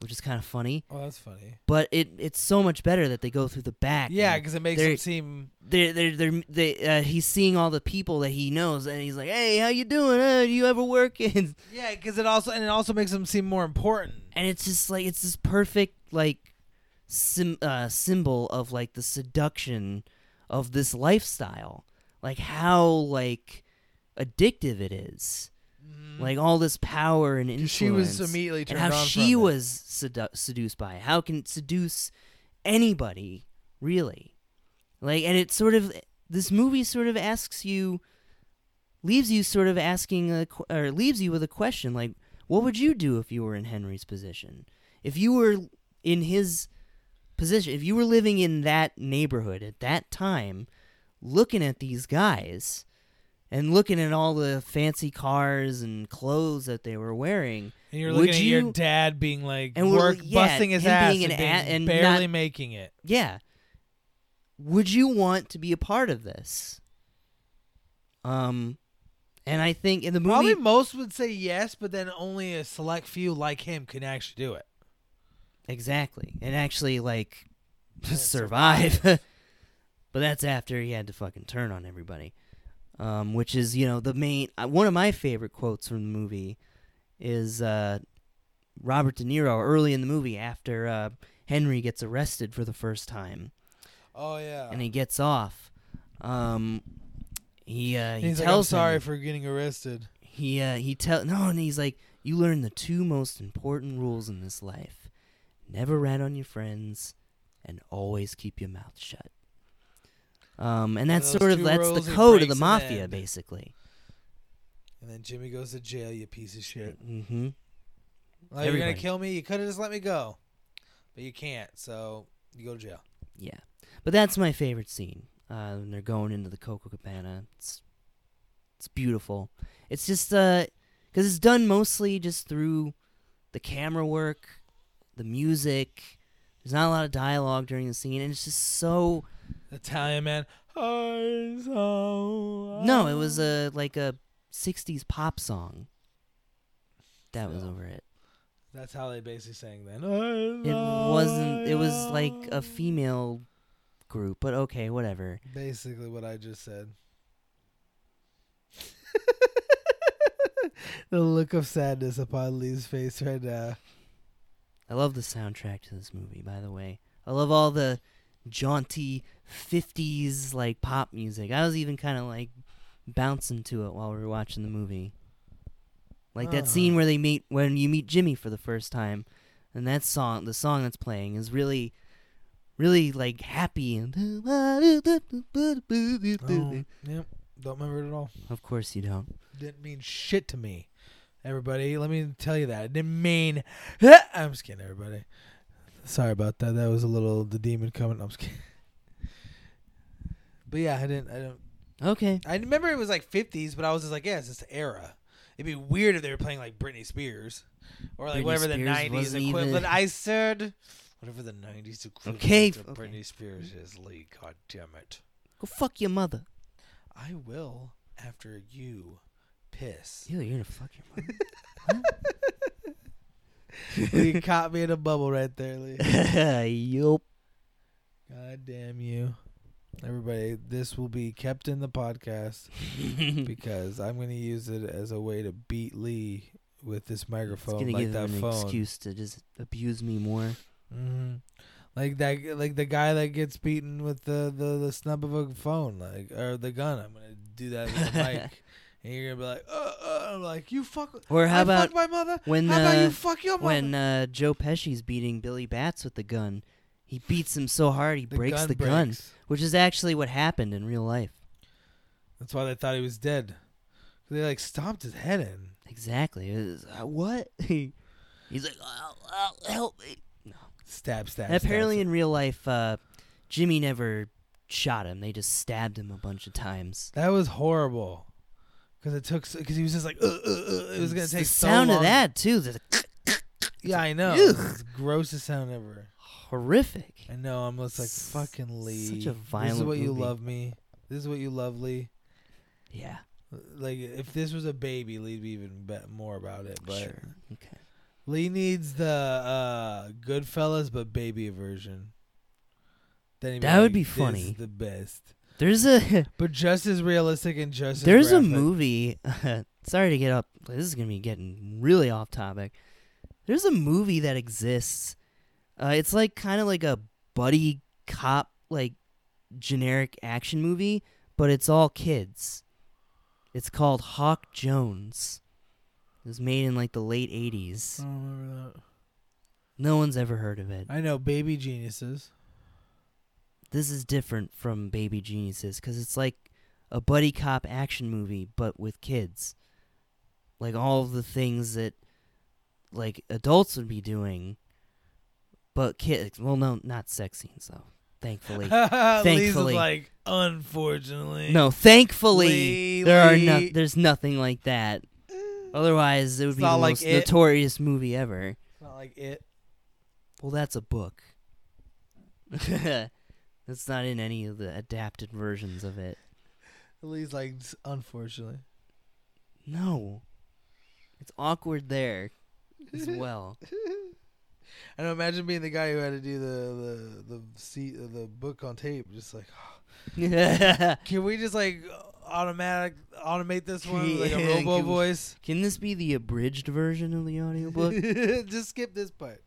Speaker 1: which is kind of funny
Speaker 2: Oh, that's funny.
Speaker 1: but it it's so much better that they go through the back.
Speaker 2: Yeah,
Speaker 1: and
Speaker 2: because it makes
Speaker 1: There-
Speaker 2: it seem.
Speaker 1: they're they're, they're they uh, he's seeing all the people that he knows, and he's like, "Hey, how you doing? Uh, do you ever work?" And,
Speaker 2: Yeah, because it also and it also makes them seem more important.
Speaker 1: [laughs] and it's just like it's this perfect like sim, uh, symbol of like the seduction of this lifestyle, like how like addictive it is, like all this power and influence.
Speaker 2: Mm-hmm. she was immediately
Speaker 1: and
Speaker 2: turned
Speaker 1: how
Speaker 2: on
Speaker 1: she
Speaker 2: from it.
Speaker 1: was sedu- seduced by it. how it can seduce anybody really like and it sort of this movie sort of asks you leaves you sort of asking a, qu- or leaves you with a question like what would you do if you were in henry's position if you were in his position if you were living in that neighborhood at that time looking at these guys and looking at all the fancy cars and clothes that they were wearing
Speaker 2: And you're
Speaker 1: Would
Speaker 2: looking at
Speaker 1: you-
Speaker 2: your dad being like
Speaker 1: And we're-
Speaker 2: work
Speaker 1: yeah,
Speaker 2: busting his
Speaker 1: him
Speaker 2: ass
Speaker 1: being
Speaker 2: and,
Speaker 1: an
Speaker 2: being
Speaker 1: a- and
Speaker 2: barely
Speaker 1: not-
Speaker 2: making it.
Speaker 1: Yeah. would you want to be a part of this? Um, and I think in the movie,
Speaker 2: Probably most would say yes, but then only a select few like him can actually do it.
Speaker 1: Exactly. And actually, like,
Speaker 2: And
Speaker 1: survive. [laughs] but that's after he had to fucking turn on everybody. Um, which is, you know, the main. Uh, one of my favorite quotes from the movie is uh, Robert De Niro early in the movie after uh, Henry gets arrested for the first time
Speaker 2: Oh yeah.
Speaker 1: and he gets off. Um, he uh, he
Speaker 2: he's like, I'm
Speaker 1: tells
Speaker 2: sorry
Speaker 1: him-
Speaker 2: for getting arrested.
Speaker 1: he uh, he tell no, and he's like, you learn the two most important rules in this life: never rat on your friends, and always keep your mouth shut. Um, and that's
Speaker 2: those
Speaker 1: sort of
Speaker 2: two
Speaker 1: that's
Speaker 2: rules
Speaker 1: the
Speaker 2: he
Speaker 1: code of the
Speaker 2: breaks in the
Speaker 1: mafia,
Speaker 2: end.
Speaker 1: basically.
Speaker 2: And then Jimmy goes to jail, you piece of shit.
Speaker 1: Mm-hmm.
Speaker 2: Like, you're gonna
Speaker 1: Everybody.
Speaker 2: kill me. You could have just let me go, but you can't. So you go to jail. [laughs]
Speaker 1: Yeah, but that's my favorite scene uh, when they're going into the Coco Cabana. It's it's beautiful. It's just because it's done mostly just through the camera work, the music. There's not a lot of dialogue during the scene, and it's just so.
Speaker 2: Italian man. No,
Speaker 1: No, it was a like a '60s pop song. That was
Speaker 2: Yeah.
Speaker 1: over it.
Speaker 2: That's how they basically sang then.
Speaker 1: It wasn't. It was like a female group, but okay, whatever.
Speaker 2: Basically, what I just said. [laughs] the look of sadness upon Lee's face right now.
Speaker 1: I love the soundtrack to this movie, by the way. I love all the jaunty 50s like pop music. I was even kind of like bouncing to it while we were watching the movie. Like that
Speaker 2: Ah.
Speaker 1: scene where they meet when you meet Jimmy for the first time and that song, the song that's playing is really really like happy and
Speaker 2: Oh, yep. Don't remember it at all.
Speaker 1: Of course you don't.
Speaker 2: Didn't mean shit to me. Everybody, let me tell you that. It didn't mean. [laughs] I'm just kidding, everybody. Sorry about that. That was a little the demon coming. I'm just kidding. But yeah, I didn't. I don't.
Speaker 1: Okay.
Speaker 2: I remember it was like 50s, but I was just like, yeah, it's this era. It'd be weird if they were playing like Britney Spears or like
Speaker 1: Britney
Speaker 2: whatever the
Speaker 1: Spears
Speaker 2: 90s
Speaker 1: wasn't
Speaker 2: equivalent.
Speaker 1: [laughs] even-
Speaker 2: I said whatever the 90s equivalent
Speaker 1: Okay,
Speaker 2: of
Speaker 1: okay.
Speaker 2: Britney Spears is, Lee. God damn it.
Speaker 1: Go fuck your mother.
Speaker 2: I will after you piss.
Speaker 1: Ew, you're gonna fuck your [laughs] mother.
Speaker 2: you caught me in a bubble right there, Lee.
Speaker 1: [laughs] yup.
Speaker 2: [laughs] God damn you. Everybody, this will be kept in the podcast because I'm going to use it as a way to beat Lee with this
Speaker 1: It's
Speaker 2: microphone
Speaker 1: gonna
Speaker 2: like
Speaker 1: give
Speaker 2: that
Speaker 1: him an
Speaker 2: phone.
Speaker 1: excuse to just abuse me more.
Speaker 2: hmm Like that, like the guy that gets beaten with the, the, the snub of a phone, like or the gun. I'm gonna do that with
Speaker 1: [laughs]
Speaker 2: the mic, and you're gonna be like, uh, uh, I'm like you fuck.
Speaker 1: Or how
Speaker 2: I
Speaker 1: about
Speaker 2: fuck my mother?
Speaker 1: when
Speaker 2: how about
Speaker 1: uh,
Speaker 2: you fuck your mother?
Speaker 1: when uh, Joe Pesci's beating Billy Bats with the gun? He beats him so hard he breaks the gun,
Speaker 2: breaks.
Speaker 1: which is actually what happened in real life.
Speaker 2: That's why they thought he was dead. They like stomped his head in.
Speaker 1: Exactly. It was, uh, what? [laughs] He's like, oh, oh, help me.
Speaker 2: Stab, stab.
Speaker 1: And
Speaker 2: stab,
Speaker 1: apparently,
Speaker 2: stab.
Speaker 1: in real life, uh, Jimmy never shot him. They just stabbed him a bunch of times.
Speaker 2: that was horrible. Because it took, because he was just like, uh, uh, uh, it was gonna
Speaker 1: It's
Speaker 2: take
Speaker 1: the
Speaker 2: so
Speaker 1: sound
Speaker 2: long.
Speaker 1: of that too. The
Speaker 2: Yeah, I know.
Speaker 1: Ugh.
Speaker 2: It's the grossest sound ever.
Speaker 1: horrific.
Speaker 2: I know. I'm just like
Speaker 1: S-
Speaker 2: fucking Lee.
Speaker 1: such a
Speaker 2: This is
Speaker 1: violent
Speaker 2: what you
Speaker 1: movie.
Speaker 2: love me. This is what you love, Lee.
Speaker 1: Yeah.
Speaker 2: Like if this was a baby, Lee'd be even bet more about it. But
Speaker 1: sure. Okay.
Speaker 2: Lee needs the uh, Goodfellas but baby version. Then he'd
Speaker 1: That would
Speaker 2: like,
Speaker 1: be
Speaker 2: "This is
Speaker 1: funny."
Speaker 2: the best,
Speaker 1: There's a [laughs]
Speaker 2: but just as realistic and just as
Speaker 1: There's a
Speaker 2: graphic.
Speaker 1: movie. [laughs] sorry to get up. This is gonna be getting really off topic. There's a movie that exists. Uh, it's like kind of like a buddy cop, like generic action movie, but it's all kids. It's called Hawk Jones. It was made in like the late
Speaker 2: I
Speaker 1: '80s.
Speaker 2: don't remember that.
Speaker 1: No one's ever heard of it.
Speaker 2: Hmm. I know Baby Geniuses. [laughs]
Speaker 1: This is different from Baby Geniuses because it's like a buddy cop action movie, but with kids. Like all of the things that like adults would be doing, but kids. Well, no, not sex scenes though.
Speaker 2: [laughs]
Speaker 1: Thankfully,
Speaker 2: Lee's
Speaker 1: Thankfully.
Speaker 2: like, unfortunately,
Speaker 1: no. Thankfully,
Speaker 2: Lee,
Speaker 1: there are
Speaker 2: Lee.
Speaker 1: no. There's nothing like that. Otherwise, it would
Speaker 2: [laughs] It's
Speaker 1: be
Speaker 2: not
Speaker 1: the
Speaker 2: like
Speaker 1: most
Speaker 2: it.
Speaker 1: notorious movie ever.
Speaker 2: Not like it.
Speaker 1: Well, that's a book. [laughs] That's not in any of the adapted versions of it.
Speaker 2: At least, like, s- unfortunately.
Speaker 1: No. It's awkward there as well. [laughs]
Speaker 2: I know. Imagine being the guy who had to do the the the seat, uh, the book on tape. Just like,
Speaker 1: Can
Speaker 2: can we just like automatic automate this one with, like
Speaker 1: [laughs] Yeah,
Speaker 2: a robo
Speaker 1: can we-
Speaker 2: voice?
Speaker 1: this be the abridged version of the audiobook?
Speaker 2: [laughs] just skip this part.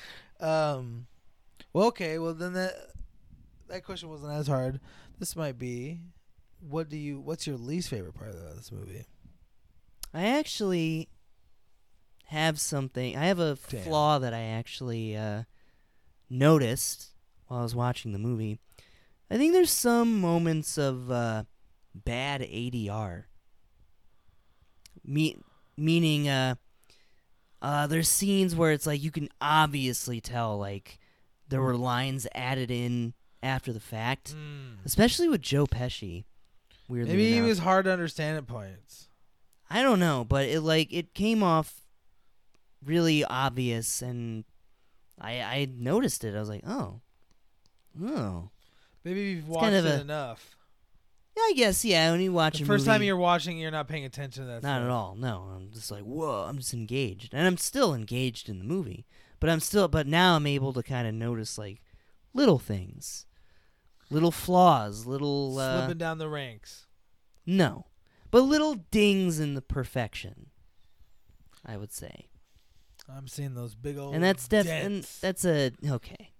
Speaker 2: [laughs] um, well, okay. Well, then that that question wasn't as hard. This might be. What do you? What's your least favorite part about this movie?
Speaker 1: I actually have something. I have a
Speaker 2: Damn.
Speaker 1: flaw that I actually uh, noticed while I was watching the movie. I think there's some moments of uh, bad ADR. Me- meaning, uh, uh, there's scenes where it's like you can obviously tell, like, there were lines added in after the fact, especially with Joe Pesci. Weirdly
Speaker 2: Mm. Maybe it
Speaker 1: enough.
Speaker 2: was hard to understand at points.
Speaker 1: I don't know, but it like it came off really obvious, and I I noticed it. I was like, oh, oh,
Speaker 2: Maybe you've watched
Speaker 1: kind of
Speaker 2: it
Speaker 1: a-
Speaker 2: enough.
Speaker 1: yeah, I guess yeah. When you watch
Speaker 2: The
Speaker 1: a
Speaker 2: first time
Speaker 1: movie-
Speaker 2: you're watching, you're not paying attention to that.
Speaker 1: not
Speaker 2: stuff.
Speaker 1: at all. No, I'm just like, whoa, I'm just engaged, and I'm still engaged in the movie, but I'm still, but now I'm able to kind of notice like little things, little flaws, little uh,
Speaker 2: Slipping down the ranks.
Speaker 1: no, but little dings in the perfection. I would say.
Speaker 2: I'm seeing those big old.
Speaker 1: and that's def- and
Speaker 2: dents.
Speaker 1: that's a okay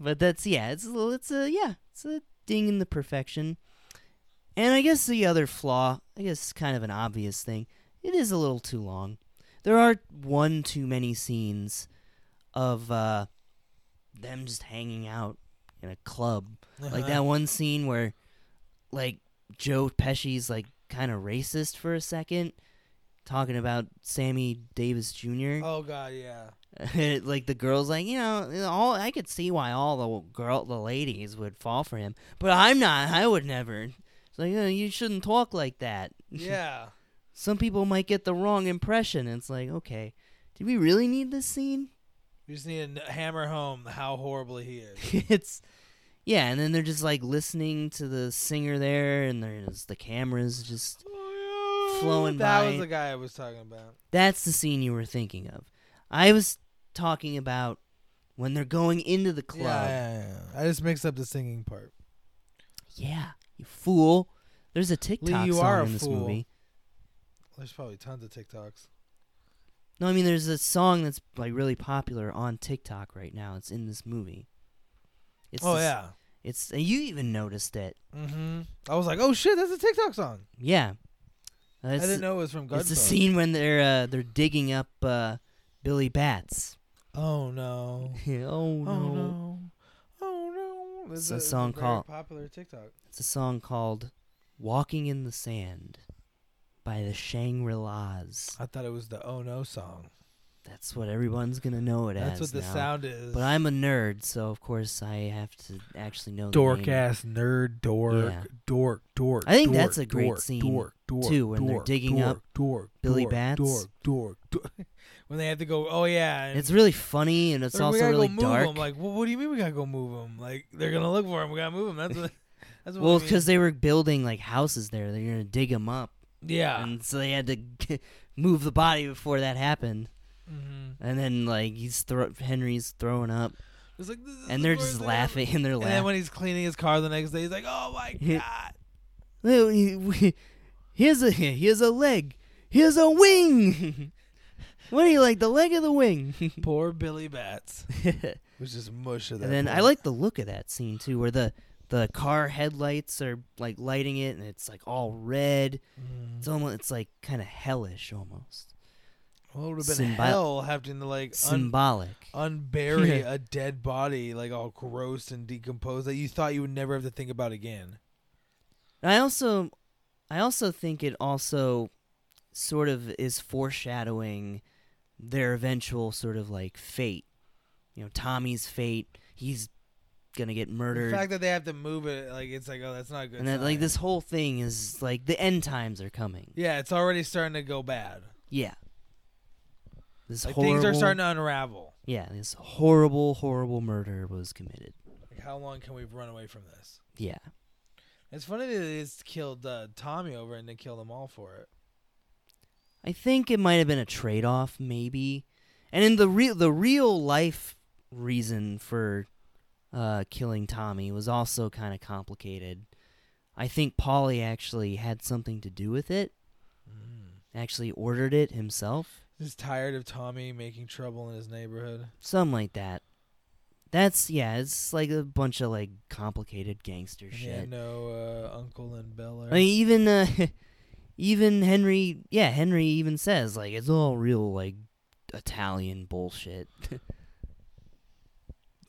Speaker 1: but that's yeah it's a little it's a yeah it's a ding in the perfection and i guess the other flaw i guess it's kind of an obvious thing it is a little too long there are one too many scenes of uh them just hanging out in a club
Speaker 2: [laughs]
Speaker 1: like that one scene where like joe pesci's like kind of racist for a second talking about sammy davis jr
Speaker 2: Oh God,
Speaker 1: [laughs]
Speaker 2: yeah.
Speaker 1: like the girls like you know all i could see why all the girl the ladies would fall for him but i'm not i would never it's like "Uh, you shouldn't talk like that [laughs]
Speaker 2: Yeah.
Speaker 1: some people might get the wrong impression it's like okay did we really need this scene [laughs]
Speaker 2: You just need to n- hammer home how horrible he is.
Speaker 1: it's yeah and then they're just like listening to the singer there and there's the cameras just Flowing
Speaker 2: That was
Speaker 1: by.
Speaker 2: the guy I was talking about.
Speaker 1: That's the scene you were thinking of. I was talking about when they're going into the club. Yeah,
Speaker 2: Yeah, yeah, yeah. I just mixed up the singing part.
Speaker 1: you fool. There's a TikTok
Speaker 2: you
Speaker 1: song
Speaker 2: are a
Speaker 1: in this
Speaker 2: fool.
Speaker 1: movie.
Speaker 2: There's probably tons of TikToks.
Speaker 1: No, I mean there's a song that's like really popular on TikTok right now. It's in this movie. It's
Speaker 2: oh
Speaker 1: this-
Speaker 2: yeah.
Speaker 1: It's and you even noticed it.
Speaker 2: Mm-hmm. I was like, oh shit, that's a TikTok song.
Speaker 1: Yeah. Uh,
Speaker 2: I
Speaker 1: it's
Speaker 2: didn't know it was from Gunpowder.
Speaker 1: it's the scene when they're uh, they're digging up uh, Billy Bats. [laughs]
Speaker 2: Oh no.
Speaker 1: oh, no.
Speaker 2: Oh no. Oh no.
Speaker 1: It's a song
Speaker 2: very
Speaker 1: called-
Speaker 2: popular TikTok.
Speaker 1: It's a song called Walking in the Sand by the Shangri-Las.
Speaker 2: I thought it was the Oh No song.
Speaker 1: That's what everyone's going to know it as.
Speaker 2: That's what the
Speaker 1: now.
Speaker 2: sound is.
Speaker 1: But I'm a nerd, so of course I have to actually know the
Speaker 2: dork
Speaker 1: name,
Speaker 2: ass nerd dork
Speaker 1: Yeah.
Speaker 2: dork dork.
Speaker 1: I think
Speaker 2: dork,
Speaker 1: that's a great
Speaker 2: dork,
Speaker 1: scene,
Speaker 2: dork, dork,
Speaker 1: too, when they're
Speaker 2: dork,
Speaker 1: digging
Speaker 2: dork,
Speaker 1: up
Speaker 2: dork,
Speaker 1: Billy
Speaker 2: dork,
Speaker 1: Bats.
Speaker 2: Dork, dork, dork. [laughs] when they have to go, oh yeah, and
Speaker 1: It's really funny and it's
Speaker 2: they're like,
Speaker 1: also
Speaker 2: we gotta
Speaker 1: really
Speaker 2: go move
Speaker 1: dark.
Speaker 2: 'em. Like, well, what do you mean we gotta go move them? Like they're gonna look for him. We gotta move him. That's what. [laughs] That's what
Speaker 1: well,
Speaker 2: we mean.
Speaker 1: because they were building like houses there, they're gonna dig them up,
Speaker 2: yeah,
Speaker 1: and so they had to move the body before that happened.
Speaker 2: mm-hmm.
Speaker 1: And then like he's thro- Henry's throwing up,
Speaker 2: it's like this is
Speaker 1: and
Speaker 2: the
Speaker 1: they're
Speaker 2: worst
Speaker 1: just
Speaker 2: thing
Speaker 1: laughing, and they're
Speaker 2: ever. And then
Speaker 1: laughing.
Speaker 2: when he's cleaning his car the next day, he's like, oh
Speaker 1: [laughs]
Speaker 2: my
Speaker 1: Yeah.
Speaker 2: god.
Speaker 1: here's a here's a leg, here's a wing. [laughs] what do you like? The leg or the wing? [laughs]
Speaker 2: Poor Billy Bats
Speaker 1: and
Speaker 2: was just mush of that.
Speaker 1: then I
Speaker 2: point.
Speaker 1: like the look of that scene too, where the the car headlights are like lighting it, and it's like all red.
Speaker 2: Mhm.
Speaker 1: It's almost it's like kind of hellish, almost
Speaker 2: Well, it would have been
Speaker 1: Symbi-
Speaker 2: hell having to like un-
Speaker 1: symbolic.
Speaker 2: unbury
Speaker 1: Yeah.
Speaker 2: a dead body like all gross and decomposed that you thought you would never have to think about again.
Speaker 1: And I also, I also think it also sort of is foreshadowing their eventual sort of like fate. You know, Tommy's fate. He's gonna get
Speaker 2: The
Speaker 1: murdered.
Speaker 2: fact that they have to move it, like it's like, oh, that's not a good.
Speaker 1: and then, like
Speaker 2: sign.
Speaker 1: this whole thing is like the end times are coming.
Speaker 2: yeah, it's already starting to go bad.
Speaker 1: Yeah. This
Speaker 2: Like
Speaker 1: horrible.
Speaker 2: things are starting to unravel.
Speaker 1: yeah, this horrible, horrible murder was committed.
Speaker 2: Like, how long can we run away from this?
Speaker 1: Yeah.
Speaker 2: It's funny that it's killed uh, Tommy over and they killed them all for it.
Speaker 1: I think it might have been a trade off, maybe. And in the real the real life reason for uh, killing Tommy was also kind of complicated. I think Polly actually had something to do with it. Actually ordered it himself,
Speaker 2: Just tired of Tommy making trouble in his neighborhood.
Speaker 1: something like that. That's yeah, it's like a bunch of like complicated gangster
Speaker 2: And he had
Speaker 1: shit.
Speaker 2: no uh, uncle and Bella.
Speaker 1: I mean, even uh, [laughs] even Henry, yeah, Henry even says like it's all real like Italian bullshit.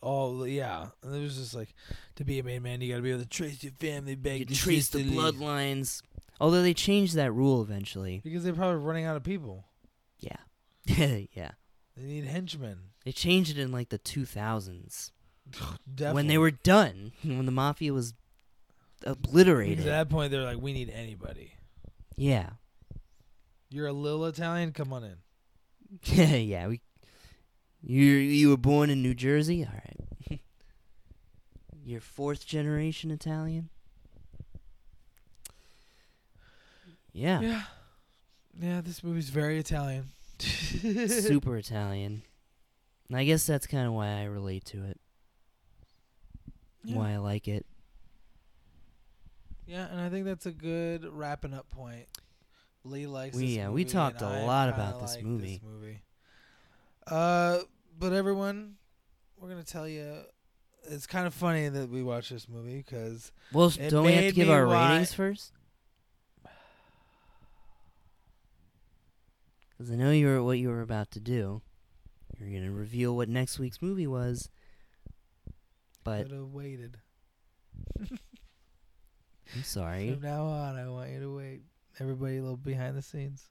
Speaker 2: Oh yeah, and it was just like to be a made man, you got to be able to trace your family back.
Speaker 1: you
Speaker 2: to
Speaker 1: trace the
Speaker 2: Sicily.
Speaker 1: bloodlines. Although they changed that rule eventually. [laughs]
Speaker 2: because they're probably running out of people.
Speaker 1: Yeah. yeah.
Speaker 2: They need henchmen.
Speaker 1: They changed it in like the 2000s.
Speaker 2: Definitely.
Speaker 1: When they were done, [laughs] when the mafia was obliterated.
Speaker 2: Because at that point, they're like, we need anybody.
Speaker 1: Yeah.
Speaker 2: You're a little Italian, come on in.
Speaker 1: [laughs] yeah, we you you were born in New Jersey? All right. [laughs] You're fourth generation Italian? Yeah.
Speaker 2: [laughs] Yeah, yeah. This movie's very Italian.
Speaker 1: Super Italian. And I guess that's kind of why I relate to it.
Speaker 2: Yeah.
Speaker 1: Why I like it.
Speaker 2: Yeah, and I think that's a good wrapping up point. Lee likes.
Speaker 1: We-
Speaker 2: this
Speaker 1: yeah,
Speaker 2: movie,
Speaker 1: we talked
Speaker 2: and
Speaker 1: a
Speaker 2: I
Speaker 1: lot
Speaker 2: kinda
Speaker 1: about this
Speaker 2: like
Speaker 1: movie.
Speaker 2: movie. Uh, but everyone, we're gonna tell you. It's kind of funny that we watched this movie because
Speaker 1: Well,
Speaker 2: It
Speaker 1: don't we have to
Speaker 2: made
Speaker 1: give
Speaker 2: me
Speaker 1: our
Speaker 2: wa-
Speaker 1: ratings first? [sighs] Because I know you were what you were about to do. You're gonna reveal what next week's movie was, but
Speaker 2: could have waited.
Speaker 1: I'm sorry.
Speaker 2: From now on, I want you to wait. Everybody, a little behind the scenes.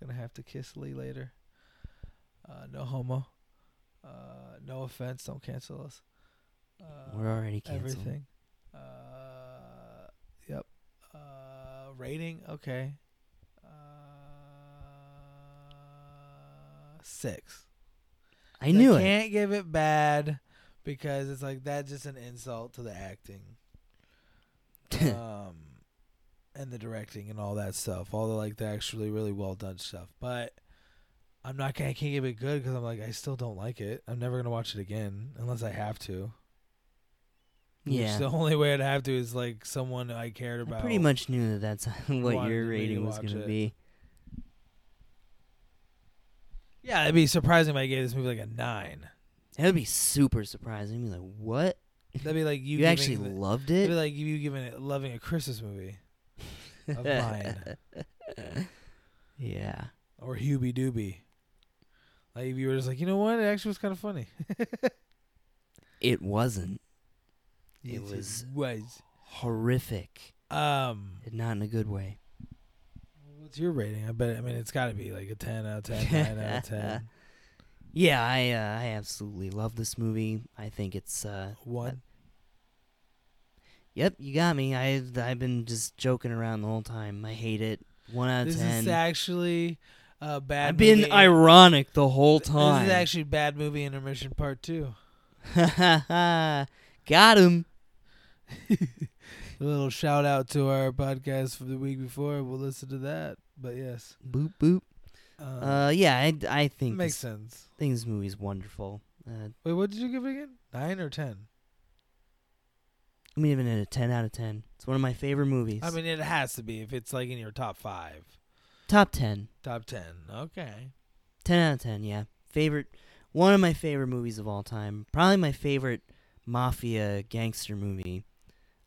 Speaker 2: Gonna have to kiss Lee later. Uh, no homo. Uh, no offense. Don't cancel us. Uh,
Speaker 1: We're already canceled.
Speaker 2: everything. Uh, yep. Uh, rating okay. Uh, six.
Speaker 1: I knew
Speaker 2: I
Speaker 1: it.
Speaker 2: can't give it bad because it's like that's just an insult to
Speaker 1: [laughs]
Speaker 2: the acting, um, and the directing and all that stuff. All the like the actually really well done stuff, but. I'm not gonna. I can't give it good because I'm like I still don't like it. I'm never gonna watch it again unless I have to. Which
Speaker 1: yeah,
Speaker 2: the only way I'd have to is like someone I cared
Speaker 1: I
Speaker 2: about.
Speaker 1: pretty much knew that that's [laughs] what
Speaker 2: wanted
Speaker 1: your
Speaker 2: me to
Speaker 1: rating was
Speaker 2: watch
Speaker 1: gonna
Speaker 2: it.
Speaker 1: be.
Speaker 2: Yeah, it'd be surprising if I gave this movie like a nine.
Speaker 1: That would be super surprising. I'd be like, what?
Speaker 2: That'd be like
Speaker 1: [laughs]
Speaker 2: you.
Speaker 1: You,
Speaker 2: giving
Speaker 1: actually
Speaker 2: the-
Speaker 1: loved
Speaker 2: That'd be
Speaker 1: it?
Speaker 2: like you giving it loving a Christmas movie,
Speaker 1: [laughs]
Speaker 2: of mine.
Speaker 1: yeah.
Speaker 2: or Hubie Doobie. Like if you were just like, you know what, it actually was kind of funny. [laughs]
Speaker 1: It wasn't
Speaker 2: Yes,
Speaker 1: was-
Speaker 2: was.
Speaker 1: horrific,
Speaker 2: Um,
Speaker 1: and not in a good way.
Speaker 2: what's your rating? I bet. I mean, it's got to be like a ten out of ten, nine out of ten,
Speaker 1: [laughs] Yeah, I uh, I absolutely love this movie. I think it's uh
Speaker 2: one.
Speaker 1: yep, you got me. I I've been just joking around the whole time. I hate it. One out of
Speaker 2: This
Speaker 1: ten.
Speaker 2: is actually a bad.
Speaker 1: I've been
Speaker 2: movie.
Speaker 1: ironic the whole
Speaker 2: This
Speaker 1: time.
Speaker 2: is actually bad movie intermission part two.
Speaker 1: [laughs] got him.
Speaker 2: A little shout out to our podcast from the week before. We'll listen to that. But yes,
Speaker 1: Boop boop.
Speaker 2: um,
Speaker 1: Uh, yeah, I I think
Speaker 2: makes
Speaker 1: this,
Speaker 2: sense.
Speaker 1: I think this movie's wonderful. Uh,
Speaker 2: Wait, what did you give it again? Nine or ten?
Speaker 1: I'm even at a ten out of ten. It's one of my favorite movies.
Speaker 2: I mean, it has to be if it's like in your top five,
Speaker 1: top ten.
Speaker 2: top ten. Okay.
Speaker 1: 10 out of 10 yeah favorite one of my favorite movies of all time probably my favorite mafia gangster movie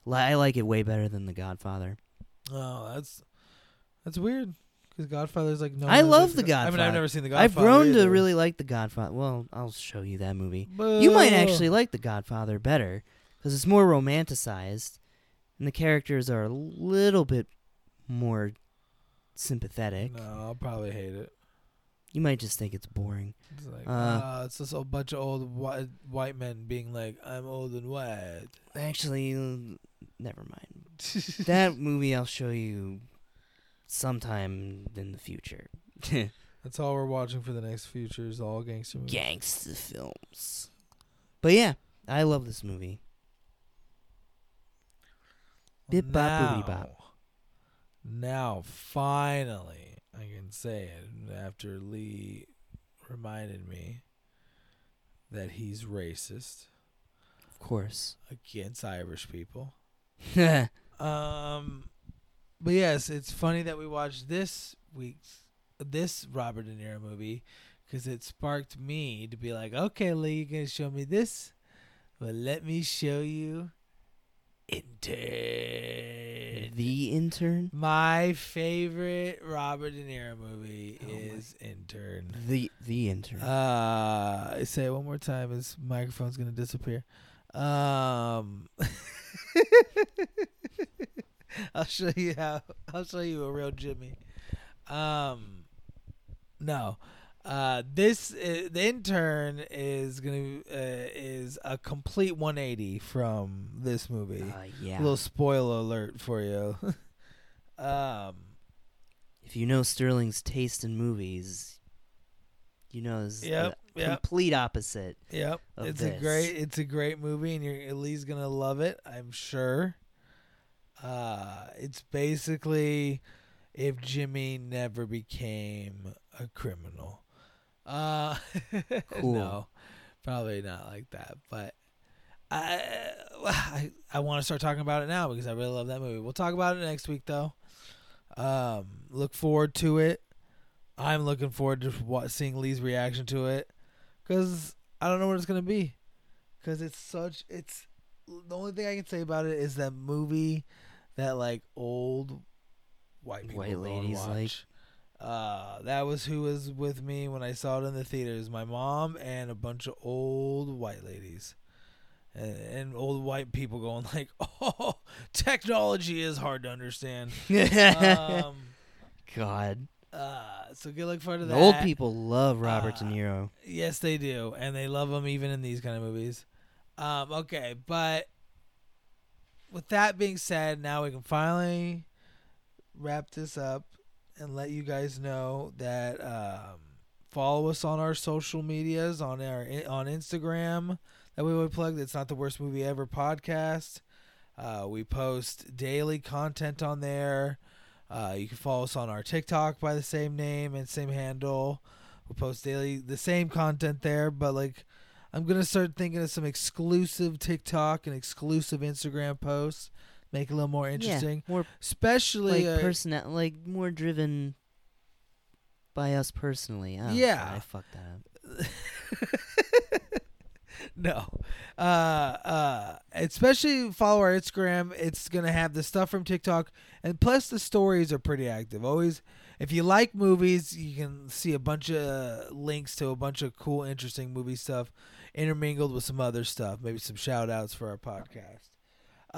Speaker 1: Li- i like it way better than the godfather
Speaker 2: Oh, that's that's weird. Because Godfather's like no.
Speaker 1: I
Speaker 2: one
Speaker 1: love
Speaker 2: likes
Speaker 1: The
Speaker 2: God- I mean, I've
Speaker 1: Godfather.
Speaker 2: never seen the Godfather.
Speaker 1: i've grown
Speaker 2: either. Uh.
Speaker 1: to really like the godfather well i'll show you that movie you might
Speaker 2: Boo.
Speaker 1: actually like the godfather better because it's more romanticized and the characters are a little bit more sympathetic
Speaker 2: uh, No, I'll probably hate it.
Speaker 1: you might just think it's boring
Speaker 2: It's like,
Speaker 1: Uh,
Speaker 2: uh, it's just a bunch of old white, white men being like, "I'm old and white."
Speaker 1: actually never mind
Speaker 2: [laughs]
Speaker 1: that movie I'll show you sometime in the
Speaker 2: [laughs]
Speaker 1: future.
Speaker 2: That's all we're watching for the next future is all gangster movies.
Speaker 1: Gangster films. But yeah, I love this movie. Bip bop boobity bop.
Speaker 2: Now- Now, finally, I can say it after Lee reminded me that he's racist
Speaker 1: Of
Speaker 2: [laughs]
Speaker 1: course. [laughs]
Speaker 2: against Irish people.
Speaker 1: yeah.
Speaker 2: Um, but yes, it's funny that we watched this week's this Robert De Niro movie because it sparked me to be like, okay, Lee, you're gonna show me this, but let me show you Intern.
Speaker 1: The intern.
Speaker 2: My favorite Robert De Niro movie
Speaker 1: Oh my-
Speaker 2: is Intern.
Speaker 1: The the intern.
Speaker 2: Uh, I say it one more time. His microphone's gonna disappear. Um, [laughs] I'll show you how. I'll show you a real Jimmy. Um, no. Uh, this i the intern is gonna uh, is a complete 180 from this movie.
Speaker 1: Uh, yeah.
Speaker 2: Little spoiler alert for you. [laughs] um,
Speaker 1: if you know Sterling's taste in movies, you know is
Speaker 2: yep,
Speaker 1: the
Speaker 2: yep,
Speaker 1: complete
Speaker 2: [laughs]
Speaker 1: opposite. [laughs]
Speaker 2: yep.
Speaker 1: of
Speaker 2: It's a
Speaker 1: this.
Speaker 2: great, it's a great movie, and you're Lee's gonna love it, I'm sure. Uh, it's basically if Jimmy never became a criminal. Uh, [laughs]
Speaker 1: Cool.
Speaker 2: no, probably not like that, but. I I, I want to start talking about it now because I really love that movie. We'll talk about it next week though. Um, look forward to it. I'm looking forward to wa seeing Lee's reaction to it because I don't know what it's gonna be. Because it's such it's the only thing I can say about it is that movie that like old white people
Speaker 1: White
Speaker 2: go and
Speaker 1: ladies like.
Speaker 2: watch. Uh, that was who was with me when I saw it in the theaters. My mom and a bunch of old white ladies, and, and old white people going like, [laughs] "Oh, technology is hard
Speaker 1: [laughs]
Speaker 2: to understand." um,
Speaker 1: God,
Speaker 2: uh, so good luck forward to
Speaker 1: the
Speaker 2: that.
Speaker 1: old people love Robert De
Speaker 2: uh,
Speaker 1: Niro.
Speaker 2: Yes, they do, and they love them even in these kind of movies. Um, okay, but with that being said, now we can finally wrap this up and let you guys know that um, follow us on our social medias on our on Instagram. That we would plug. That's not the worst movie ever podcast. Uh, we post daily content on there. Uh, you can follow us on our TikTok by the same name and same handle. We post daily the same content there, but like I'm gonna start thinking of some exclusive TikTok and exclusive Instagram posts. Make it a little more interesting,
Speaker 1: Yeah, more
Speaker 2: especially
Speaker 1: like
Speaker 2: uh,
Speaker 1: persona- like more driven by us personally. Oh,
Speaker 2: Yeah.
Speaker 1: God, I fucked that up.
Speaker 2: [laughs] no. Uh, uh, especially follow our Instagram. It's gonna have the stuff from TikTok, and plus the stories are pretty active. Always, if you like movies, you can see a bunch of links to a bunch of cool, interesting movie stuff, intermingled with some other stuff. Maybe some shout outs for our podcast.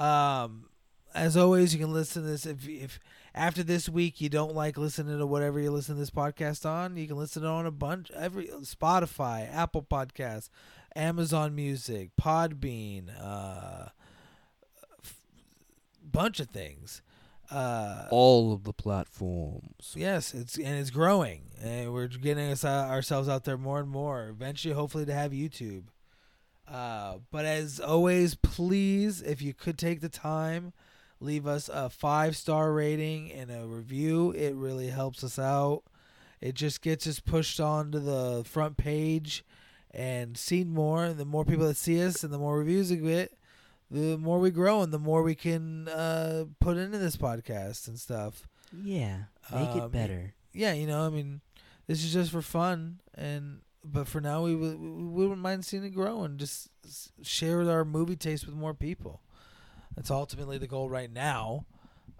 Speaker 2: Um, as always, you can listen to this if if after this week you don't like listening to whatever you listen to this podcast on, you can listen to it on a bunch every Spotify, Apple Podcasts, Amazon Music, Podbean, uh, f- bunch of things. Uh,
Speaker 1: All of the platforms.
Speaker 2: Yes, it's and it's growing, and we're getting us, uh, ourselves out there more and more. Eventually, hopefully, to have YouTube. Uh, but as always, please, if you could take the time, leave us a five star rating and a review. It really helps us out. It just gets us pushed onto the front page and seen more. The more people that see us and the more reviews we get, the more we grow and the more we can uh, put into this podcast and stuff
Speaker 1: Yeah, make
Speaker 2: Um,
Speaker 1: it better.
Speaker 2: yeah, you know, I mean, this is just for fun, and but for now, we would we wouldn't mind seeing it grow and just s- share our movie taste with more people. That's ultimately the goal right now.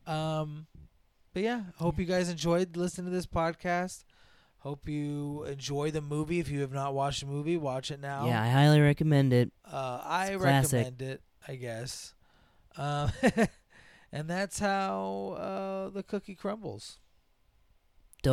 Speaker 2: Um, but yeah, hope you guys enjoyed listening to this podcast. Hope you enjoy the movie. If you have not watched the movie, watch it now.
Speaker 1: Yeah, I highly recommend it.
Speaker 2: Uh, I
Speaker 1: It's classic.
Speaker 2: recommend it, I [laughs] guess. Um, and that's how uh, the cookie crumbles.